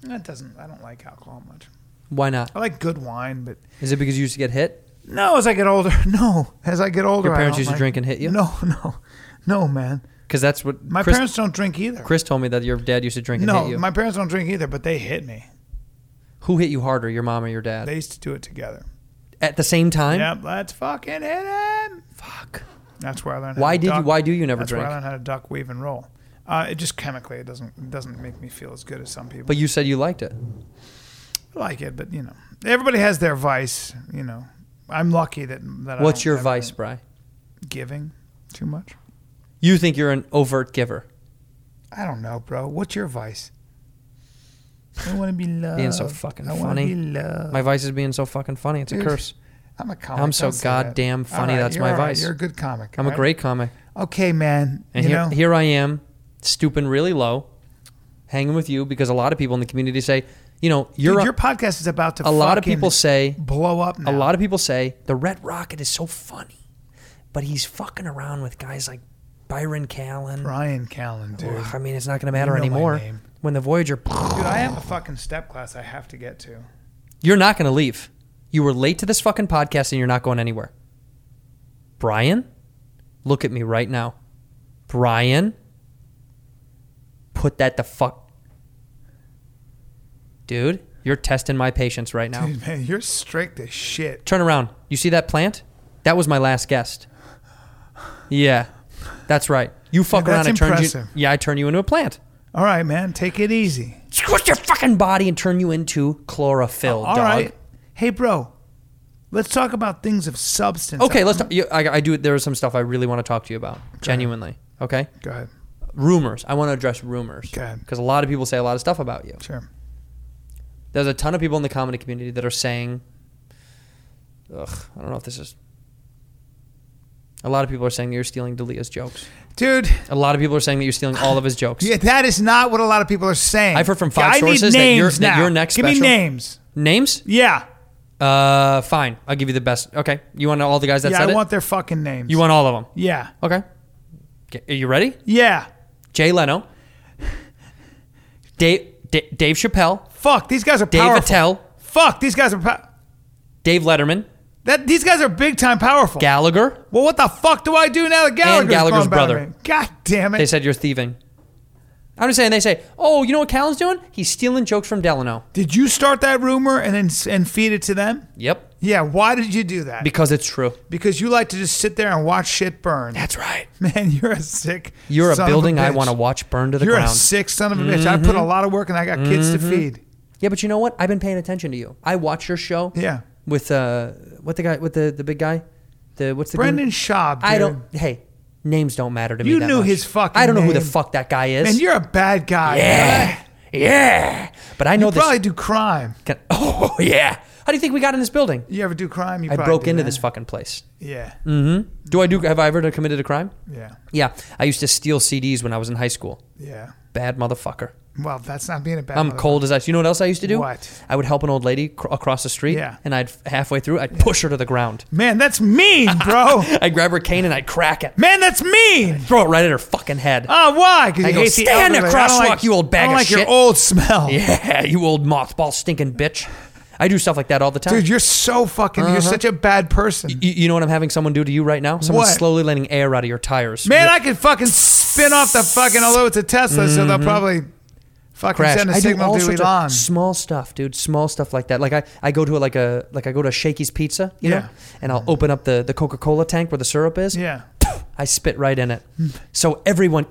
B: That doesn't, I don't like alcohol much.
A: Why not?
B: I like good wine, but
A: Is it because you used to get hit?
B: no, as I get older, no. As I get older,
A: Your parents
B: I don't
A: used to
B: like-
A: drink and hit you?
B: No, no, no, man.
A: Because that's what
B: My
A: Chris,
B: parents don't drink either.
A: Chris told me that your dad used to drink and
B: no,
A: hit you.
B: my parents don't drink either, but they hit me.
A: Who hit you harder, your mom or your dad?
B: They used to do it together.
A: at the same time?
B: Yep, let's fucking hit him.
A: Fuck.
B: That's where I learned.
A: Why
B: how to
A: did you-
B: duck.
A: why do you never
B: That's
A: drink?
B: Where I learned how to duck, weave, and roll. Uh, it just chemically, it doesn't it doesn't make me feel as good as some people.
A: But you said you liked it.
B: I like it, but you know, everybody has their vice. You know, I'm lucky that that. I
A: What's
B: don't
A: your
B: have
A: vice,
B: it.
A: Bry?
B: Giving too much.
A: You think you're an overt giver,
B: I don't know, bro. What's your vice? I want to be loved.
A: being so fucking
B: I want to
A: funny.
B: be loved.
A: My vice is being so fucking funny. It's a
B: Dude,
A: curse.
B: I'm a comic.
A: I'm so
B: don't say that.
A: goddamn
B: All
A: funny, that's
B: you're
A: my
B: all right.
A: vice.
B: You're a good comic.
A: I'm a
B: right?
A: great comic.
B: Okay, man.
A: And
B: you
A: here,
B: know,
A: here I am, stooping really low, hanging with you because a lot of people in the community say, you know, you're
B: dude,
A: a-
B: your podcast is about
A: a
B: to.
A: lot of
B: fucking
A: people say-
B: blow up. Now.
A: a lot of people say the Red Rocket is so funny, but he's fucking around with guys like Byron Callen.
B: Brian Callen, dude.
A: Ugh, I mean, it's not going to matter
B: know my
A: anymore.
B: name.
A: When the Voyager,
B: Dude, I have a fucking step class I have to get to.
A: you're not going to leave. You were late to this fucking podcast, and you're not going anywhere. Brian, look at me right now. Brian, put that the fuck, dude. You're testing my patience right now.
B: Dude, man, you're strict as shit.
A: Turn around. You see that plant? That was my last guest. Yeah, that's right. You fuck
B: Yeah,
A: around
B: that's
A: and turn you.
B: impressive.
A: Yeah, I turn you into a plant.
B: All right, man, take it easy.
A: Squish your fucking body and turn you into chlorophyll,
B: All
A: dog.
B: right, hey, bro, let's talk about things of substance.
A: Okay, let's. Talk, you, I, I do. There is some stuff I really want to talk to you about. Genuinely. Okay.
B: Go ahead.
A: Rumors. I want to address rumors.
B: Okay.
A: Because a lot of people say a lot of stuff about you.
B: Sure.
A: There's a ton of people in the comedy community that are saying, ugh, I don't know if this is. A lot of people are saying that you're stealing Delia's jokes.
B: Dude,
A: A lot of people are saying that you're stealing all of his jokes.
B: yeah, that is not what a lot of people are saying.
A: I've heard from five
B: I need
A: sources that your-
B: names
A: that
B: now.
A: your next
B: Give
A: special-
B: me names.
A: Names?
B: Yeah.
A: Uh, fine. I'll give you the best. Okay. You want all the guys that
B: yeah,
A: said
B: I
A: it?
B: want their fucking names.
A: you want all of them?
B: Yeah.
A: Okay. Okay, Are you ready?
B: Yeah.
A: Jay Leno, Dave, D- Dave Chappelle,
B: Fuck, these guys are
A: Dave
B: powerful.
A: Attell,
B: Fuck, these guys are pow-
A: Dave Letterman,
B: that these guys are big time powerful.
A: Gallagher.
B: well, what the fuck do I do now that Gallagher's,
A: Gallagher's
B: gone by
A: brother.
B: me? God damn it.
A: They said you're thieving. I'm just saying. They say, oh, you know what Callen's doing? He's stealing jokes from Delano.
B: Did you start that rumor and then s- and feed it to them?
A: Yep.
B: Yeah, why did you do that?
A: Because it's true.
B: because you like to just sit there and watch shit burn.
A: That's right.
B: Man, you're a sick.
A: You're a
B: son of
A: building I
B: bitch.
A: want to watch burn to the
B: You're
A: ground. Mm-hmm.
B: a sick son of a bitch. I put a lot of work and I got kids to feed.
A: Yeah, but you know what? I've been paying attention to you. I watch your show.
B: Yeah.
A: With uh, what the guy? With the the big guy? The what's the
B: Brendan
A: dude?
B: Schaub. Dude.
A: I don't. Hey, names don't matter to me.
B: You
A: that
B: knew
A: much.
B: his fucking
A: I don't know who the
B: name.
A: fuck that guy is.
B: Man, you're a bad guy.
A: yeah, yeah. But I know
B: You
A: this.
B: probably do crime.
A: Can- oh yeah. How do you think we got in this building?
B: You ever do crime? You
A: I
B: probably
A: broke
B: do
A: into
B: that.
A: this Mm. fucking place.
B: Yeah.
A: Do I do? Have I ever committed a crime?
B: Yeah.
A: Yeah, I used to steal CDs when I was in high school.
B: Yeah.
A: Bad motherfucker.
B: Well, that's not being a bad.
A: I'm
B: motherfucker.
A: cold as ice. You know what else I used to do?
B: Uh, What?
A: I would help an old lady cr- across the street,
B: Yeah.
A: and I'd halfway through, I'd push her to the ground.
B: Man, that's mean, bro.
A: I'd grab her cane and I'd crack it.
B: Man, that's mean.
A: Throw it right at her fucking head.
B: Oh, why? Because
A: I
B: you
A: go,
B: hate the
A: "Stand there,
B: elderly. I don't
A: crosswalk,
B: like-
A: you old bag
B: I don't
A: of
B: like
A: shit."
B: your old smell.
A: yeah, you old mothball stinking bitch. I do stuff like that all the time.
B: Dude, you're so fucking.
A: Uh-huh.
B: You're such a bad person.
A: you, you know what I'm having someone do to you right now? Someone's
B: What?
A: slowly letting air out of your tires.
B: Man,
A: You're-
B: I could fucking spin off the fucking. Although it's a Tesla, so they'll probably fucking
A: Mm-hmm. crash.
B: send a
A: I do
B: signal
A: all
B: to
A: sorts
B: Elon.
A: of small stuff, dude. Small stuff like that. Like I, I go to a, like a like I go to Shakey's Pizza, you know,
B: Yeah.
A: and I'll open up the the Coca Cola tank where the syrup is.
B: yeah. Hmm.
A: I spit right in it. So everyone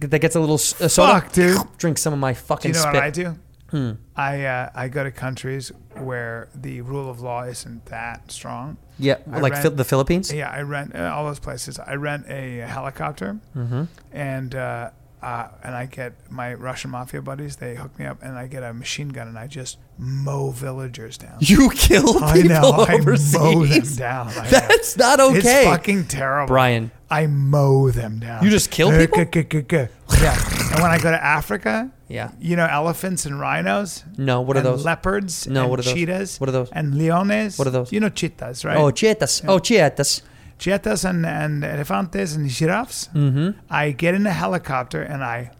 A: that gets a little s- uh, soda,
B: Fuck, dude.
A: drink some of my fucking
B: you know
A: spit. Hmm.
B: what I do? I uh, I go to countries where the rule of law isn't that strong.
A: Yeah,
B: I
A: like
B: ran-
A: Phil- the Philippines.
B: Yeah, I rent uh, all those places. I rent a helicopter,
A: Mm-hmm.
B: and uh, uh, and I get my Russian mafia buddies. They hook me up, and I get a machine gun, and I just mow villagers down.
A: You kill people
B: I know.
A: overseas.
B: I mow them down. I know.
A: That's not okay.
B: It's fucking terrible,
A: Brian.
B: I mow them down.
A: You just kill
B: Uh,
A: people?
B: g- g- g- g- Yeah. And when I go to Africa,
A: Yeah.
B: you know elephants and rhinos.
A: No, what are
B: and
A: those?
B: Leopards.
A: No,
B: and
A: what are those?
B: Cheetahs.
A: What are those?
B: And leones.
A: What are those?
B: You know cheetahs, right?
A: Oh, chetas. Oh, chetas.
B: cheetahs and, and elephantes and giraffes. Mm-hmm. I get in a helicopter and I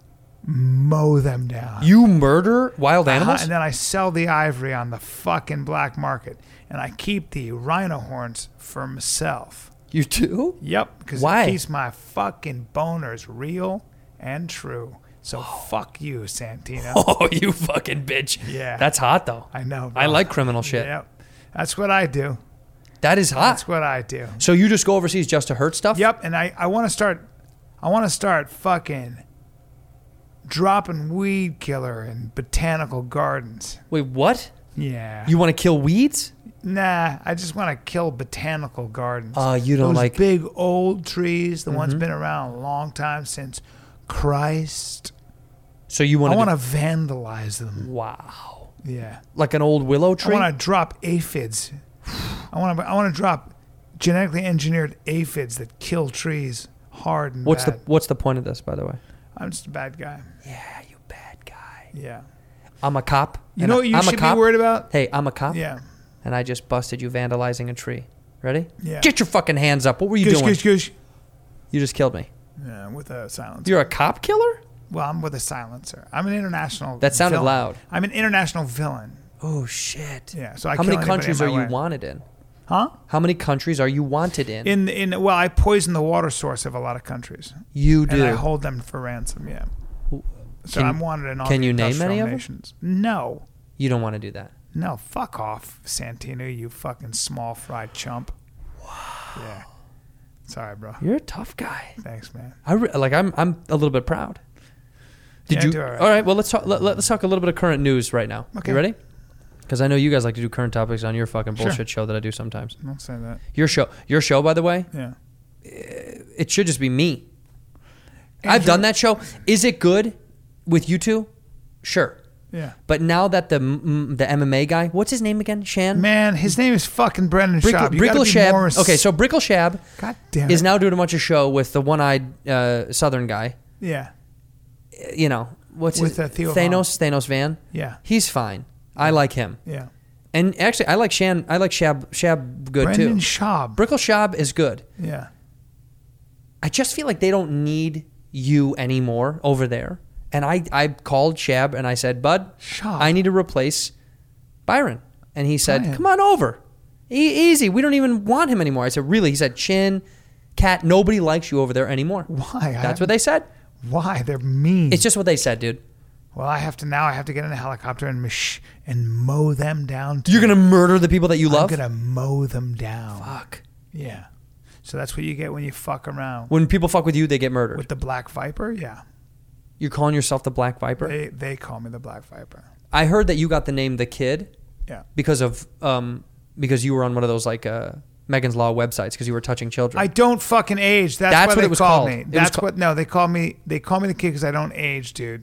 B: mow them down.
A: You murder wild
B: Uh-huh,
A: animals?
B: and then I sell the ivory on the fucking black market. And I keep the rhino horns for myself.
A: You do?
B: Yep, because
A: Why?
B: it keeps my fucking boners real and true. So fuck you, Santino.
A: Oh, you fucking bitch.
B: Yeah.
A: That's hot, though.
B: I know.
A: I
B: bro.
A: like Ah. criminal shit.
B: Yep, that's what I do.
A: That is hot.
B: That's what I do.
A: so you just go overseas just to hurt stuff?
B: Yep, and I I want to start. I want to start fucking dropping weed killer in botanical gardens.
A: Wait, what?
B: Yeah.
A: You want to kill weeds?
B: Nah, I just want to kill botanical gardens.
A: Uh, you don't
B: Those
A: like-
B: big old trees. The one's been around a long time since Christ.
A: So you want
B: I
A: to?
B: want to vandalize them.
A: wow.
B: Yeah,
A: Like an old willow tree.
B: I want to drop aphids. I want to. I want to drop genetically engineered aphids that kill trees hard and
A: what's
B: bad.
A: the What's the point of this, by the way?
B: I'm just a bad guy.
A: Yeah, you bad guy.
B: Yeah.
A: I'm a cop.
B: You
A: and
B: know
A: I-
B: what you
A: I'm a
B: should be
A: cop.
B: worried about?
A: Hey, I'm a cop.
B: Yeah.
A: And I just busted you vandalizing a tree. Ready?
B: Yeah.
A: Get your fucking hands up. What were you
B: Goosh,
A: doing?
B: goosh, goosh.
A: You just killed me.
B: Yeah, with a silencer.
A: You're a cop killer?
B: well, I'm with a silencer. I'm an international.
A: That sounded
B: villain.
A: loud.
B: I'm an international villain.
A: Oh shit.
B: Yeah, so I
A: How
B: kill
A: many
B: anybody
A: countries
B: in
A: are
B: my
A: you
B: way.
A: wanted in?
B: Huh?
A: How many countries are you wanted in?
B: In in well, I poison the water source of a lot of countries,
A: you
B: and
A: do.
B: I hold them for ransom. Yeah. So
A: Can-
B: I'm wanted in all
A: can
B: the
A: you name
B: industrial
A: any of 'em?
B: nations. No,
A: you don't want to do that.
B: no, fuck off, Santino, you fucking small fried chump. Wow. Yeah. Sorry, bro.
A: You're a tough guy.
B: Thanks, man.
A: I re- like I'm I'm a little bit proud. Did
B: Yeah, I
A: you?
B: do all right.
A: well, let's talk. Let, us talk a little bit of current news right now.
B: Okay.
A: You ready? Because I know you guys like to do current topics on your fucking bullshit show that I do sometimes.
B: Don't say that.
A: Your show, your show, by the way,
B: Yeah.
A: it should just be me. I've done that show. Is it good with you two? Sure.
B: Yeah.
A: But now that the mm, the MMA guy, what's his name again? Shan.
B: Man, his name is fucking Brendan
A: Brickle,
B: Schaub. You gotta
A: Brickle
B: be
A: Shab.
B: more res-
A: Okay, so Brickle Shab
B: God damn
A: is
B: it.
A: now doing a bunch of show with the one-eyed uh, Southern guy.
B: yeah,
A: You know what's his-
B: With, uh, Theo Von.
A: Thanos Thanos Van.
B: Yeah.
A: he's fine. I like him.
B: yeah.
A: And actually, I like Shan. I like Shab. Shab good too.
B: Brendan Schaub.
A: Brickle Shab is good.
B: yeah.
A: I just feel like they don't need you anymore over there. And I, I called Shab and I said, Bud,
B: Shab.
A: I need to replace Byron. And he said,
B: Byron.
A: Come on over. E- easy. We don't even want him anymore. I said, Really? He said, Chin, Cat, nobody likes you over there anymore.
B: Why?
A: That's what they said.
B: Why they're mean?
A: It's just what they said, dude.
B: well, I have to now. I have to get in a helicopter and mach- and mow them down. too.
A: You're going to murder the people that you love?
B: I'm gonna mow them down.
A: Fuck.
B: Yeah. So that's what you get when you fuck around
A: When people fuck with you, they get murdered.
B: with the Black Viper. Yeah.
A: You're calling yourself the Black Viper?
B: They they call me the Black Viper.
A: I heard that you got the name The Kid
B: Yeah.
A: because of um because you were on one of those like uh Megan's Law websites because you were touching children.
B: I don't fucking age. That's,
A: That's
B: why
A: what
B: they
A: it was
B: called,
A: called.
B: me.
A: It was
B: That's
A: ca-
B: what. No, they call me. They call me the kid because I don't age, dude.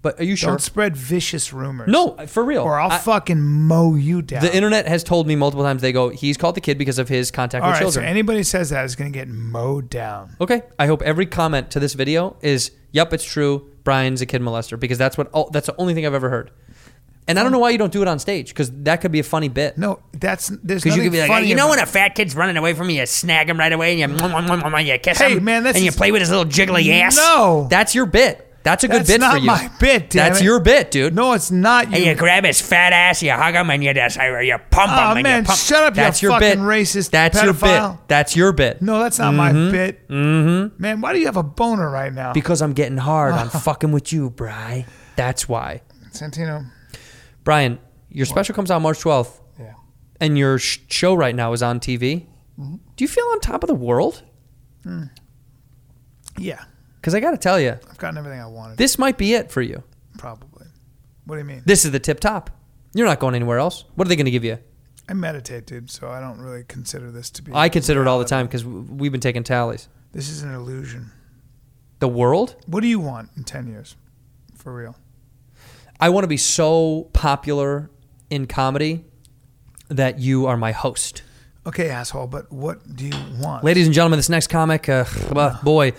A: but are you sure?
B: Don't spread vicious rumors.
A: No, for real.
B: Or I'll
A: I-
B: fucking mow you down.
A: the internet has told me multiple times they go he's called the kid because of his contact
B: All
A: with
B: right,
A: children.
B: so anybody says that is going to get mowed down.
A: okay, I hope every comment to this video is yep, it's true. Brian's a kid molester because that's what oh, that's the only thing I've ever heard. And I don't know why you don't do it on stage because that could be a funny bit.
B: No, that's there's
A: Because
B: nothing
A: you could be like,
B: funny
A: you know,
B: about-
A: when a fat kid's running away from you, you snag him right away and you, mwah, mwah, mwah, mwah, you kiss
B: Hey,
A: him.
B: man, this
A: and you
B: is-
A: play with his little jiggly ass.
B: No.
A: that's your bit. That's a good
B: That's
A: bit
B: not
A: for you.
B: my bit, damn
A: That's
B: it.
A: your bit, dude.
B: No, it's not you.
I: And you grab his fat ass, you hug him, and you just you pump him.
B: Aw,
I: and
B: man,
I: you pump.
B: shut up,
A: that's
B: you
A: your bit.
B: fucking racist
A: That's your
B: pedophile.
A: bit. That's your bit.
B: No, that's not my bit. Mm-hmm. Man, why do you have a boner right now,
A: because I'm getting hard. I'm fucking with you, Bry. That's why,
B: Santino?
A: Brian. Your special comes out March 12th,
B: Yeah.
A: and your sh- show right now is on TV. Do you feel on top of the world?
B: Yeah,
A: Because I got to tell you,
B: I've gotten everything I wanted.
A: this might be it for you.
B: probably. What do you mean?
A: This is the tip top. You're not going anywhere else. What are they going to give you?
B: I meditate, dude, so I don't really consider this to be.
A: I consider it all the time because we've been taking tallies.
B: This is an illusion.
A: The world.
B: What do you want in ten years, for real?
A: I want to be so popular in comedy that you are my host.
B: Okay, asshole, but what do you want?
A: Ladies and gentlemen, this next comic, uh, well, boy,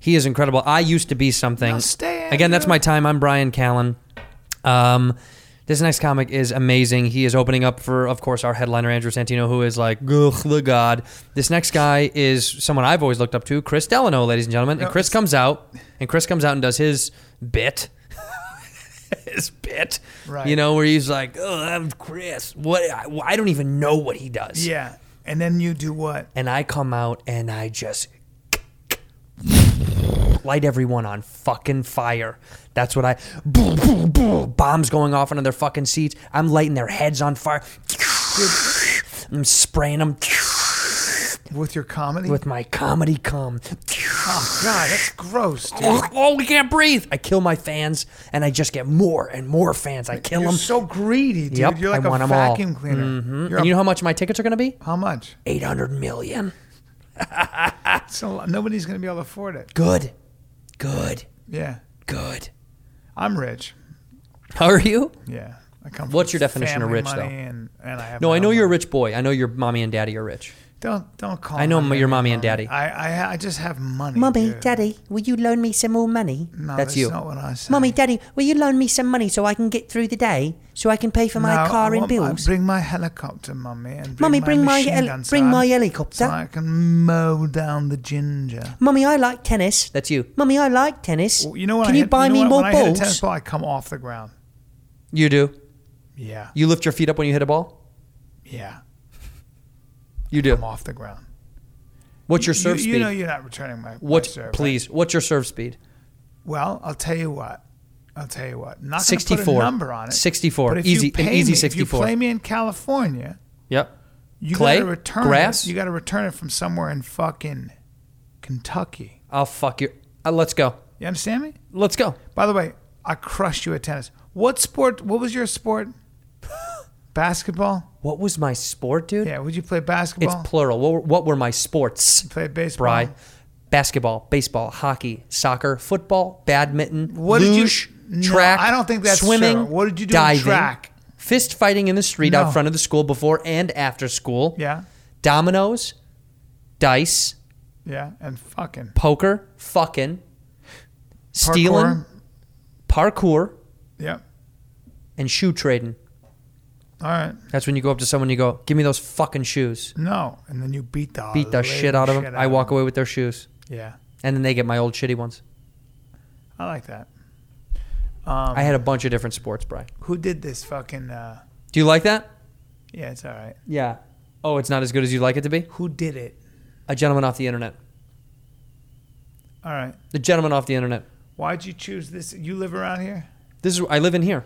A: he is incredible. I used to be something.
B: Now stay in
A: Again, that's
B: there.
A: my time. I'm Brian Callen. Um, this next comic is amazing. He is opening up for, of course, our headliner, Andrew Santino, who is like, ugh, the god. This next guy is someone I've always looked up to, Chris Delano, ladies and gentlemen. And Chris comes out, and Chris comes out and does his bit. his bit.
B: Right.
A: You know, where he's like, oh, I'm Chris. What? I, I don't even know what he does
B: Yeah, and then you do what?
A: and I come out and I just light everyone on fucking fire. That's what I. Boom, boom, boom. Bombs going off into their fucking seats. I'm lighting their heads on fire. I'm spraying them.
B: with your comedy.
A: with my comedy cum.
B: oh god, that's gross, dude.
A: Oh, we can't breathe. I kill my fans, and I just get more and more fans. I kill
B: You're
A: them.
B: so greedy, dude.
A: Yep,
B: You're like
A: I want
B: a
A: 'em all. Mm-hmm.
B: vacuum cleaner. You're
A: and
B: a-
A: you know how much my tickets are going to be?
B: how much?
A: 800 million.
B: It's a lot. Nobody's gonna be able to afford it.
A: Good. Good.
B: Yeah,
A: Good.
B: I'm rich.
A: How are you?
B: Yeah, I come. From
A: What's your definition of
B: family
A: rich,
B: money
A: though?
B: And, and I have
A: No,
B: my
A: I know
B: own
A: you're a
B: money.
A: rich boy. I know your mommy and daddy are rich.
B: Don't don't call.
A: I know
B: my
A: m- your mommy and daddy.
B: I I, I just have money.
J: Mummy,
B: dude.
J: Daddy, will you loan me some more money?
B: No,
A: That's
B: that's
A: you.
B: Not what I said.
J: Mummy, Daddy, will you loan me some money so I can get through the day, so I can pay for my
B: No,
J: car and
B: I want my-
J: bills?
B: bring my helicopter, mummy, and bring
J: Mummy,
B: my
J: bring my
B: machine
J: heli-
B: gun,
J: bring
B: son,
J: my helicopter.
B: so I can mow down the ginger.
J: Mummy, I like tennis.
A: That's you.
J: Mummy, I like tennis.
B: Well, you know what?
J: Can
B: I
J: you
B: hit-
J: buy
B: know
J: me
B: what?
J: more
B: when I hit a
J: balls?
B: tennis ball, I come off the ground.
A: You do.
B: Yeah,
A: You lift your feet up when you hit a ball?
B: yeah,
A: You do.
B: I'm off the ground.
A: What's your
B: You-
A: serve
B: you,
A: speed?
B: know you're not returning my, my
A: what
B: serve.
A: please, what's your serve speed?
B: Well, I'll tell you what. I'll tell you what. Not gonna put a
A: 64.
B: number on it.
A: 64.
B: But if
A: Easy-
B: you
A: an
B: pay
A: easy
B: me, If you
A: 64.
B: play me in California,
A: Yep.
B: you
A: Clay?
B: gotta return
A: Grass?
B: It. You gotta return it from somewhere in fucking Kentucky.
A: I'll fuck you. Uh, let's go.
B: You understand me?
A: Let's go.
B: By the way, I crushed you at tennis. What sport? What was your sport? basketball.
A: What was my sport, dude?
B: Yeah. Would you play
A: it's
B: basketball?
A: plural. What were, what were my sports?
B: play baseball.
A: Bry. Basketball, baseball, hockey, soccer, football, badminton,
B: What did you-
A: luge,
B: No,
A: track.
B: I don't think that's
A: swimming.
B: true. What did you do in
A: diving,
B: track?
A: Fist fighting in the street out
B: No.
A: front of the school before and after school.
B: Yeah.
A: Dominoes, dice,
B: Yeah. And fucking
A: poker, fucking, stealing,
B: Parkour.
A: parkour,
B: Yep.
A: and shoe trading.
B: All right.
A: That's when you go up to someone and you go, "Give me those fucking shoes."
B: No. And then you beat the
A: Beat the
B: living
A: shit out of
B: shit
A: them. I walk
B: them.
A: away with their shoes,
B: Yeah.
A: and then they get my old shitty ones.
B: I like that.
A: I had a bunch of different sports, Brian.
B: Who did this fucking? Uh,
A: Do you like that?
B: yeah, it's all right.
A: Yeah. Oh, it's not as good as you'd like it to be?
B: Who did it?
A: A gentleman off the internet.
B: All right.
A: The gentleman off the internet.
B: Why'd you choose this? You live around here?
A: This is I live in here.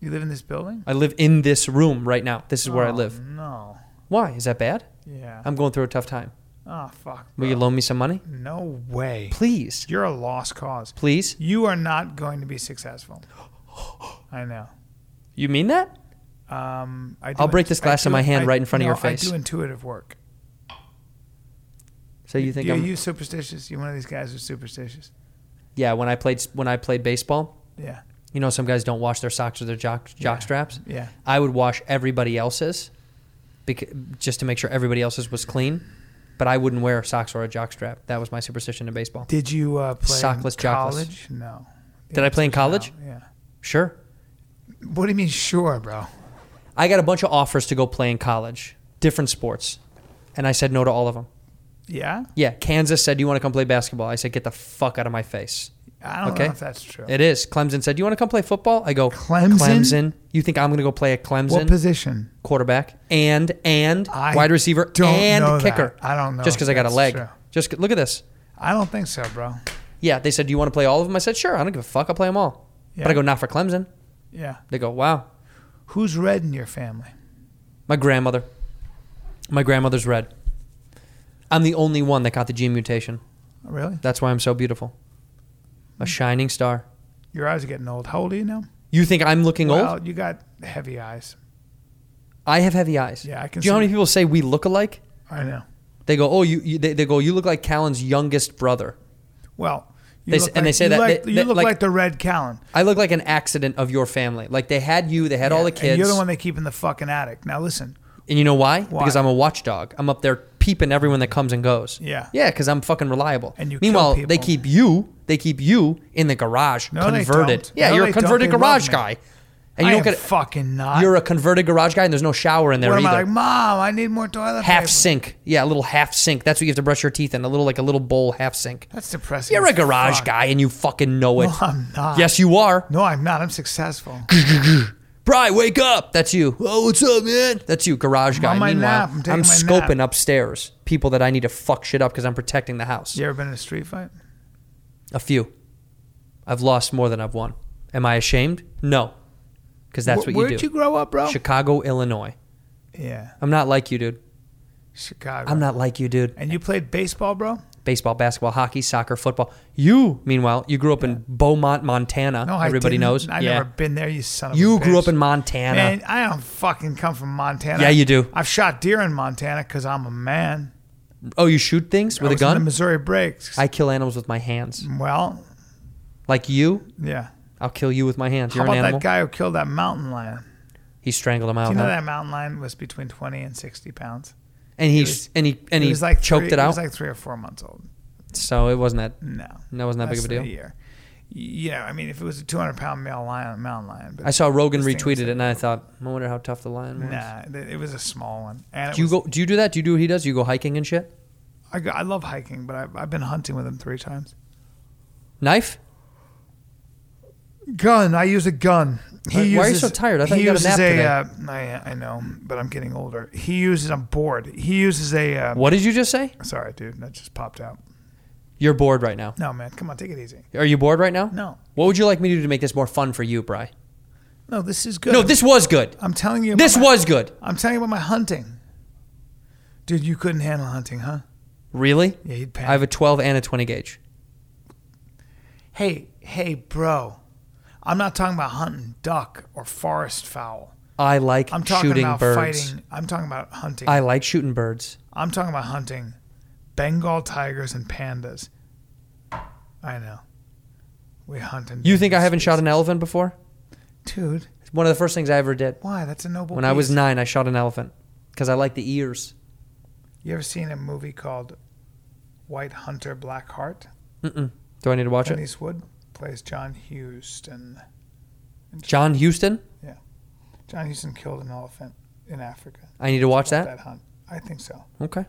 B: You live in this building?
A: I live in this room right now. This is where I live.
B: No.
A: Why? Is that bad?
B: Yeah.
A: I'm going through a tough time.
B: oh fuck.
A: Will you
B: bro.
A: loan me some money?
B: no way.
A: Please.
B: You're a lost cause.
A: Please.
B: You are not going to be successful. I know.
A: You mean that?
B: Um, I do
A: I'll break this
B: I
A: glass in
B: do-
A: my hand
B: I-
A: right in front of
B: no,
A: your face.
B: I do intuitive work.
A: So you think
B: are
A: I'm
B: you superstitious? You one of these guys who's superstitious?
A: Yeah, when I played when I played baseball,
B: Yeah.
A: you know some guys don't wash their socks or their jock, jock straps.
B: Yeah.
A: I would wash everybody else's because, just to make sure everybody else's was clean, but I wouldn't wear socks or a jock strap. That was my superstition in baseball.
B: Did you uh, play
A: Sockless,
B: in
A: jockless.
B: college? No.
A: Did I play in college?
B: No, Yeah.
A: Sure.
B: What do you mean, sure, bro?
A: I got a bunch of offers to go play in college, different sports, and I said no to all of them.
B: Yeah.
A: Yeah, Kansas said, "Do you want to come play basketball?" I said, "Get the fuck out of my face."
B: I don't
A: Okay.
B: know if that's true.
A: It is. Clemson said, "Do you want to come play football?" I go,
B: Clemson?
A: Clemson. You think I'm going to go play at Clemson?
B: what position?
A: quarterback and and
B: I
A: wide receiver
B: don't
A: and
B: know that.
A: kicker.
B: I don't know
A: Just because I
B: if
A: got a
B: that's
A: leg.
B: true.
A: Just look at this.
B: I don't think so, bro.
A: Yeah, they said, "Do you want to play all of them?" I said, "Sure. I don't give a fuck. I'll play them all."
B: Yeah.
A: But I go, "Not for Clemson."
B: Yeah.
A: They go, "Wow,
B: Who's red in your family?
A: my grandmother. My grandmother's red. I'm the only one that got the gene mutation.
B: Really?
A: That's why I'm so beautiful. A
B: Hmm.
A: shining star.
B: Your eyes are getting old. How old are you now?
A: You think I'm looking old?
B: Well, you got heavy eyes.
A: I have heavy eyes.
B: Yeah, I can
A: Do you know how
B: see
A: many
B: it.
A: people say we look alike?
B: I know.
A: They go, "Oh, you." you they, they go, "You look like Callan's youngest brother."
B: Well, you
A: They s-
B: look
A: and they
B: like-
A: say
B: you
A: that-
B: like,
A: they-
B: you
A: they-
B: look
A: like-
B: like, the red Callan.
A: I look like an accident of your family. Like they had you, they had all the
B: And
A: kids.
B: you're the one they keep in the fucking attic. Now listen,
A: And you know why?
B: Why?
A: Because I'm a watchdog. I'm up there peeping everyone that comes and goes.
B: Yeah.
A: Yeah, because I'm fucking reliable.
B: And you kill
A: Meanwhile, they
B: people.
A: keep you. They keep you in the garage,
B: No, they
A: converted.
B: don't.
A: Yeah,
B: No,
A: you're
B: they
A: a
B: don't.
A: converted
B: They love
A: garage
B: me.
A: guy, and
B: I
A: you
B: am
A: don't get.
B: fucking not.
A: You're a converted garage guy, and there's no shower in there
B: What am
A: either.
B: I like, mom? I need more toilet
A: half
B: paper.
A: sink. Yeah, a little half sink. That's what you have to brush your teeth in. A little like a little bowl half sink.
B: That's depressing.
A: You're a
B: as
A: garage
B: fuck.
A: guy, and you fucking know it.
B: No, I'm not.
A: Yes, you are.
B: No, I'm not. I'm successful.
A: Bry, wake up. That's you. Oh, what's up, man? That's you, garage guy.
B: on my
A: Meanwhile,
B: nap. I'm taking my nap.
A: scoping upstairs people that I need to fuck shit up because I'm protecting the house.
B: you ever been in a street fight?
A: A few. I've lost more than I've won. Am I ashamed? No. Because that's
B: Wh-
A: what you
B: Where'd
A: do.
B: you grow up, bro?
A: Chicago, Illinois.
B: yeah.
A: I'm not like you, dude.
B: Chicago.
A: I'm not like you, dude.
B: And you played baseball, bro?
A: Baseball, basketball, hockey, soccer, football. You, meanwhile, you grew up in Beaumont, Montana.
B: No, I
A: Everybody
B: didn't.
A: knows.
B: I've
A: yeah.
B: never been there. You son of a
A: you grew
B: bitch.
A: up in Montana.
B: Man, I don't fucking come from Montana.
A: Yeah, you do.
B: I've shot deer in Montana because I'm a man.
A: Oh, you shoot things with
B: I
A: a
B: was in
A: gun?
B: the Missouri Breaks.
A: I kill animals with my hands.
B: well,
A: Like you,
B: yeah.
A: I'll kill you with my hands.
B: How
A: You're
B: about
A: an animal. Oh,
B: that guy who killed that mountain lion?
A: He strangled him out.
B: Do you know
A: huh?
B: that mountain lion was between 20 and 60 pounds?
A: And he,
B: was-
A: and he and
B: It
A: he
B: was like
A: choked
B: three,
A: it out.
B: It was like three or four months old.
A: so it wasn't that.
B: No,
A: That wasn't that big
B: less
A: of a
B: than
A: deal?
B: year. Yeah, I mean, if it was a 200 pound male lion, mountain lion. But
A: I saw Rogan
B: this thing was
A: retweeted it, and I thought, I wonder how tough the lion was.
B: like- Nah, th- it was a small one. And it
A: Do you
B: was,
A: go? Do you do that? Do you do what he does? You go hiking and shit.
B: I, go- I love hiking, but I've, I've been hunting with him three times.
A: Knife?
B: Gun. I use a gun. He
A: Why-
B: uses,
A: why are you so tired? I thought
B: he
A: you got a
B: uses
A: nap today.
B: Uh, I, I know, but I'm getting older. He uses. I'm bored. He uses a. Uh,
A: What did you just say?
B: Sorry, dude. That just popped out.
A: You're bored right now.
B: No, man. Come on, take it easy.
A: Are you bored right now?
B: No.
A: What would you like me to do to make this more fun for you, Bry?
B: No, this is good.
A: No, this was good.
B: I'm telling you. about
A: This
B: my-
A: was good.
B: I'm telling you about my hunting. Dude, you couldn't handle hunting, huh?
A: Really?
B: Yeah, he'd panic.
A: I have a 12 and a 20 gauge.
B: Hey, hey, bro. I'm not talking about hunting duck or forest fowl.
A: I like
B: I'm talking
A: shooting
B: about
A: birds.
B: fighting. I'm talking about hunting.
A: I
B: I,
A: like shooting birds.
B: am talking about hunting Bengal tigers and pandas. I know. We hunt and
A: You think I haven't shot an elephant before?
B: dude?
A: It's one of the first things I ever did.
B: Why? That's a noble.
A: When I was
B: beast.
A: nine, I shot an elephant because I like the ears.
B: You ever seen a movie called White Hunter Black Heart?
A: Do I need to watch
B: Clint
A: it?
B: Eastwood plays John Houston.
A: John Houston?
B: John Houston killed an elephant in Africa.
A: I need to watch
B: That,
A: that.
B: hunt. I think so.
A: Okay.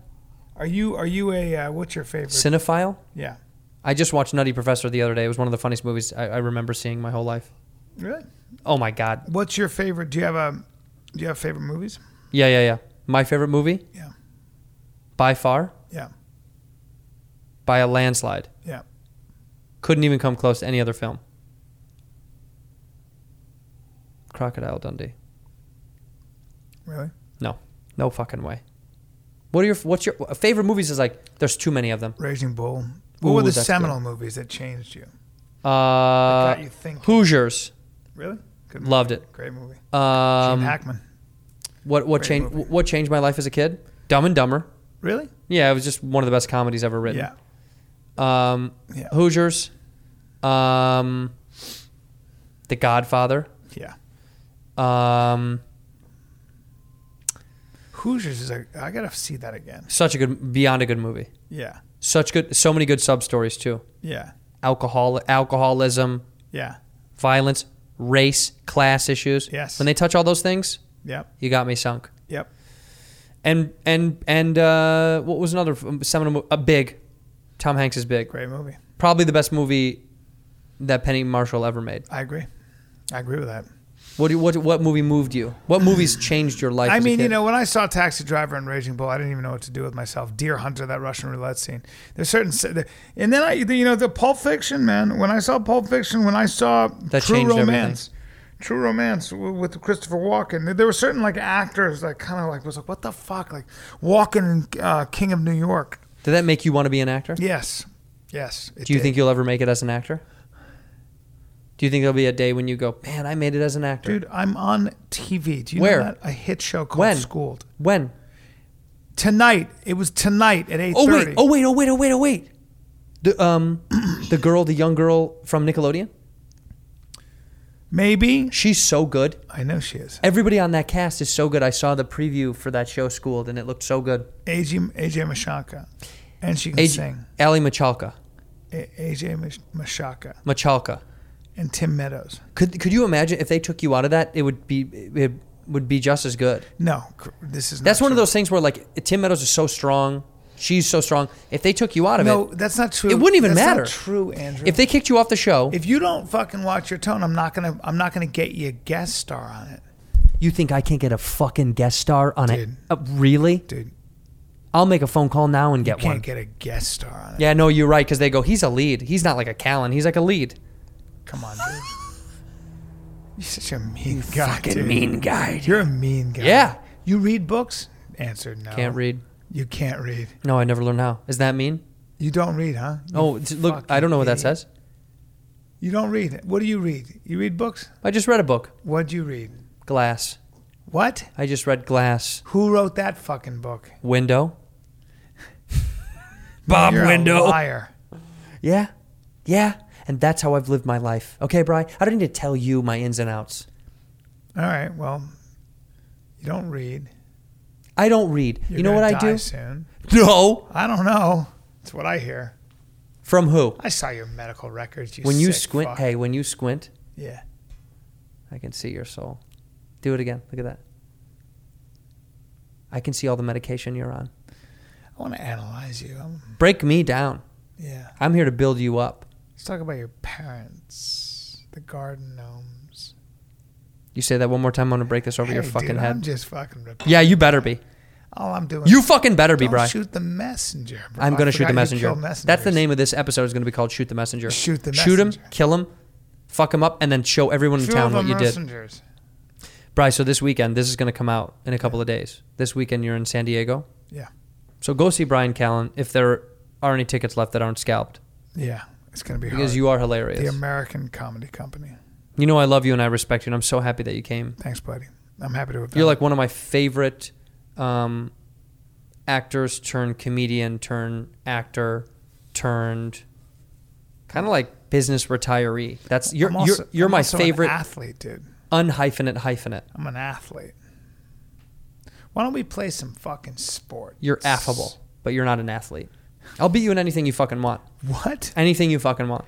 B: Are you? Are you a? Uh, what's your favorite?
A: Cinephile?
B: yeah.
A: I just watched Nutty Professor the other day. It was one of the funniest movies I, I remember seeing my whole life.
B: Really?
A: Oh my god.
B: What's your favorite? Do you have a? Do you have favorite movies?
A: Yeah, yeah, yeah. My favorite movie?
B: Yeah.
A: By far,
B: Yeah.
A: by a landslide.
B: Yeah.
A: Couldn't even come close to any other film. Crocodile Dundee.
B: Really?
A: No. No fucking way. What are your what's your uh, favorite movies is like there's too many of them.
B: Raging Bull. What
A: Ooh,
B: were the
A: that's
B: seminal movies that changed you?
A: Uh
B: got you thinking.
A: Hoosiers.
B: Really? Good movie.
A: Loved it.
B: Great movie. Gene
A: Um
B: Hackman.
A: what what
B: Great
A: changed
B: movie.
A: what changed my life as a kid? Dumb and Dumber.
B: Really?
A: Yeah, it was just one of the best comedies ever written.
B: Yeah.
A: Um,
B: Yeah.
A: Hoosiers, um, The Godfather.
B: Yeah.
A: Um,
B: Hoosiers is a. I gotta see that again.
A: such a good, beyond a good movie.
B: Yeah.
A: Such good, so many good sub stories too.
B: Yeah.
A: Alcohol, alcoholism,
B: Yeah.
A: violence, race, class issues.
B: Yes.
A: When they touch all those things,
B: Yep.
A: you got me sunk.
B: Yep.
A: And and and uh, what was another f- seminal? mo- Uh, big. Tom Hanks is big.
B: Great movie.
A: Probably the best movie that Penny Marshall ever made.
B: I agree. I agree with that.
A: What do you, what what movie moved you? What movies changed your life?
B: I
A: as a
B: mean, you
A: kid?
B: know, when I saw Taxi Driver and Raging Bull, I didn't even know what to do with myself. Deer Hunter, that Russian roulette scene. There's certain, se- there- and then I, you know, the Pulp Fiction, man. When I saw Pulp Fiction, when I saw
A: That
B: True
A: changed
B: Romance, True Romance w- with Christopher Walken, there- there were certain like actors that kind of like was like, what the fuck, like Walken in uh, King of New York.
A: Did that make you want to be an actor?
B: Yes, yes. it
A: Do you
B: did.
A: think you'll ever make it as an actor? Do you think there'll be a day when you go, man, I made it as an actor?
B: dude? I'm on TV. Do you
A: Where?
B: know that? a hit show called
A: When?
B: Schooled?
A: When?
B: Tonight. It was tonight at eight
A: Oh
B: thirty.
A: wait! Oh wait! Oh wait! Oh wait! Oh wait! The um, the girl, the young girl from Nickelodeon.
B: maybe.
A: She's so good.
B: I know she is.
A: Everybody on that cast is so good. I saw the preview for that show, Schooled, and it looked so good.
B: AJ AJ Mashaka, and she can
A: AJ,
B: sing.
A: Ali Machalka,
B: A- AJ Mash- Mashaka
A: Machalka.
B: and Tim Meadows.
A: Could could you imagine if they took you out of that? It would be it would be just as good.
B: No, cr- this is not
A: That's one of
B: true.
A: those things where like Tim Meadows is so strong, she's so strong. If they took you out of
B: No,
A: it,
B: that's not true.
A: It wouldn't even
B: That's not
A: matter.
B: true, Andrew.
A: If they kicked you off the show,
B: if you don't fucking watch your tone, I'm not gonna I'm not gonna get you a guest star on it,
A: you think I can't get a fucking guest star on it?
B: Dude.
A: Uh, really?
B: dude.
A: I'll make a phone call now and get
B: Can't
A: one.
B: get a guest star on it.
A: yeah, no, you're right because they go, he's a lead. He's not like a Callan. He's like a lead.
B: Come on, dude. You're such a mean guy.
I: Fucking
B: dude.
I: mean guy.
B: You're a mean guy.
A: Yeah.
B: You read books? Answer no.
A: Can't read.
B: You can't read.
A: No, I never learned how. Is that mean?
B: You don't read, huh? You
A: Oh, t- look,
B: fucking
A: I don't know what that
B: idiot.
A: says.
B: You don't read. What do you read? You read books?
A: I just read a book,
B: What'd you read?
A: Glass.
B: What?
A: I just read Glass.
B: Who wrote that fucking book?
A: Window.
I: Bob
B: You're
I: Window.
B: A liar.
A: Yeah. Yeah. And that's how I've lived my life. Okay, Bri? I don't need to tell you my ins and outs.
B: All right. Well, you don't read.
A: I don't read.
B: You're
A: you know what
B: gonna
A: I
B: die
A: do?
B: Soon.
A: No.
B: I don't know. That's what I hear.
A: From who?
B: I saw your medical records. You
A: When you
B: sick
A: squint,
B: fuck.
A: hey, when you squint,
B: Yeah.
A: I can see your soul. Do it again. Look at that. I can see all the medication you're on.
B: I want to analyze you. Um
A: Break me down.
B: yeah.
A: I'm here to build you up.
B: Let's talk about your parents, the garden gnomes.
A: You say that one more time, I'm gonna break this over your
B: Hey,
A: fucking
B: dude,
A: head.
B: I'm just fucking. Rep-
A: yeah, you better be.
B: All I'm doing.
A: You fucking better be,
B: don't
A: Bri.
B: Shoot the messenger. bro.
A: I'm
B: I
A: gonna shoot
B: forgot
A: the
B: you
A: messenger.
B: kill
A: That's the
B: messengers.
A: name of this episode. Is gonna be called "Shoot the Messenger."
B: Shoot the
A: Shoot him.
B: messenger.
A: Kill him. Fuck him up, and then show everyone in
B: Two
A: town
B: of
A: what
B: them
A: you did.
B: messengers.
A: Bry, so this weekend, this is going to come out in a couple of days. This weekend, you're in San Diego.
B: Yeah.
A: So go see Brian Callen if there are any tickets left that aren't scalped
B: Yeah. It's gonna be
A: because
B: hard.
A: you are hilarious.
B: the American Comedy Company.
A: you know, I love you and I respect you, and I'm so happy that you came.
B: Thanks, buddy. I'm happy to have done
A: You're
B: it.
A: like one of my favorite um, actors turned comedian turned actor turned kind of like business retiree. That's you're
B: I'm also-
A: you're, you're
B: I'm
A: my
B: also an
A: favorite
B: athlete, dude.
A: unhyphenate hyphenate.
B: I'm an athlete. Why don't we play some fucking sport?
A: You're affable, but you're not an athlete. I'll beat you in anything you fucking want.
B: What?
A: Anything you fucking want.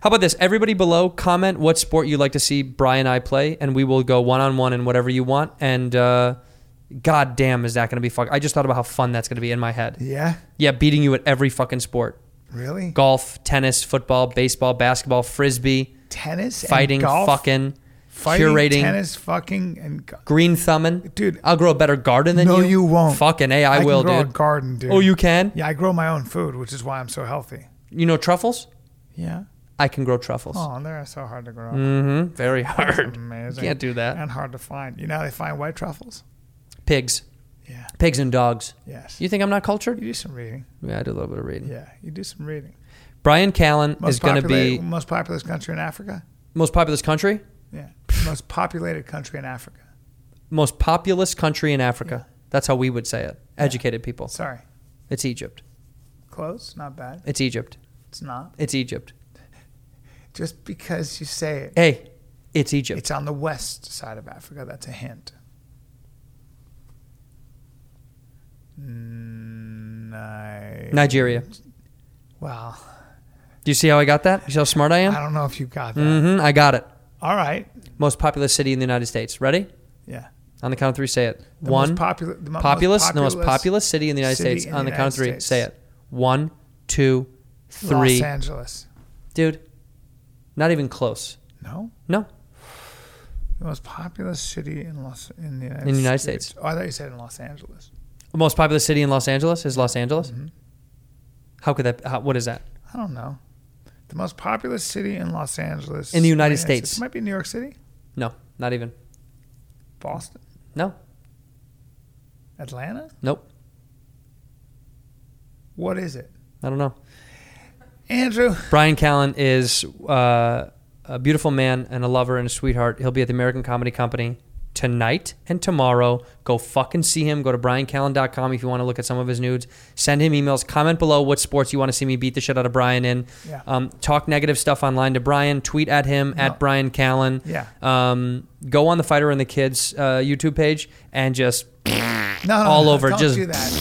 A: How about this? Everybody below, comment what sport you'd like to see Brian and I play, and we will go one on one in whatever you want. And uh, god damn, is that going to be fuck? I just thought about how fun that's going to be in my head.
B: Yeah.
A: Yeah, beating you at every fucking sport
B: Really?
A: golf, tennis, football, baseball, basketball, frisbee,
B: tennis,
A: fighting,
B: and golf,
A: fucking,
B: fighting,
A: curating,
B: tennis, fucking, and go-
A: green thumbing.
B: Dude.
A: I'll grow a better garden than
B: no,
A: you.
B: you, won't.
A: Fucking A, I
B: can
A: will,
B: grow
A: dude.
B: A garden, dude.
A: Oh, you can?
B: Yeah, I grow my own food, which is why I'm so healthy.
A: You know truffles?
B: Yeah.
A: I can grow truffles.
B: Oh, they're so hard to grow.
A: Mm-hmm. Very hard.
B: Amazing.
A: Can't do that.
B: And hard to find. You know how they find white truffles?
A: Pigs.
B: Yeah.
A: Pigs and dogs.
B: Yes.
A: You think I'm not cultured?
B: You do some reading.
A: Yeah, I do a little bit of reading.
B: Yeah, you do some reading.
A: Brian Callen
B: Most
A: is going to
B: populated-
A: be
B: most populous country in Africa.
A: most populous country,
B: Yeah, most populated country in Africa.
A: most populous country in Africa. That's how we would say it. Educated people.
B: Sorry,
A: It's Egypt.
B: close, not bad.
A: It's Egypt.
B: It's not
A: It's Egypt.
B: just because you say it.
A: Hey, it's Egypt.
B: It's on the west side of Africa. That's a hint. Ni-
A: Nigeria.
B: well,
A: Do you see how I got that? You see how smart I am?
B: I don't know if you got that.
A: Mm-hmm. I got it.
B: All right.
A: Most populous city in the United States. Ready?
B: Yeah.
A: On the count of three, say it.
B: The
A: One.
B: most popula- the mo- most
A: populous, the most
B: populous
A: populous city in the United
B: city
A: States.
B: in
A: On
B: the
A: the, count of three,
B: United
A: say
B: States.
A: it. One, two,
B: Los
A: three.
B: Angeles.
A: Dude, not even close.
B: No,
A: No,
B: the most populous city in Los in the United
A: In the United States.
B: Oh, I thought you said in Los Angeles.
A: the most populous city in Los Angeles is Los Angeles.
B: Mm-hmm.
A: How could that? How, what is that?
B: I don't know. The most populous city in Los Angeles.
A: In the United States.
B: It might be New York City,
A: No, not even.
B: Boston,
A: No,
B: Atlanta.
A: nope.
B: What is it?
A: I don't know.
B: Andrew.
A: Brian Callen is uh, a beautiful man and a lover and a sweetheart. He'll be at the American Comedy Company tonight and tomorrow. Go fucking see him. Go to briancallen.com if you want to look at some of his nudes. Send him emails. Comment below what sports you want to see me beat the shit out of Brian in.
B: Yeah.
A: Um, talk negative stuff online to Brian. Tweet at him, at Brian Callen.
B: Yeah.
A: Um, go on the Fighter and the Kids uh, YouTube page and just
B: No, no, no,
A: all
B: no,
A: over,
B: Don't
A: just-
B: do that.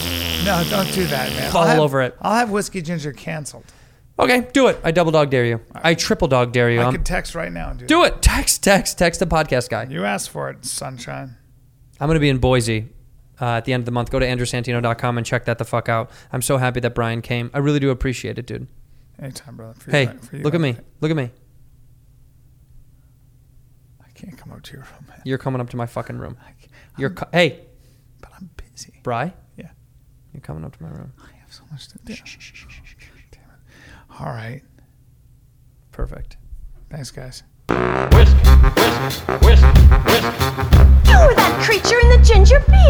B: No, don't do that, man.
A: Fall
B: I'll have-
A: over it.
B: I'll have whiskey ginger canceled.
A: Okay, do it. I double dog dare you. I triple dog dare you.
B: I
A: I'm-
B: could text right now and do,
A: do it. Text, text, text the podcast guy.
B: You asked for it, sunshine.
A: I'm going to be in Boise uh, at the end of the month. Go to andrewsantino.com and check that the fuck out. I'm so happy that Brian came. I really do appreciate it, dude.
B: Anytime, brother. For you,
A: Hey,
B: for you,
A: look at me.
B: everything.
A: Look at me.
B: I can't come up to your room, man.
A: You're coming up to my fucking room.
B: c-
A: You're co- hey,
B: But I'm busy.
A: Bry.
B: Yeah.
A: You're coming up to my room.
B: I have so much to do. Damn it. All right.
A: Perfect.
B: Thanks, guys.
C: whisk, whisk, whisk, whisk.
D: You were that creature in the ginger beard.
E: Oh,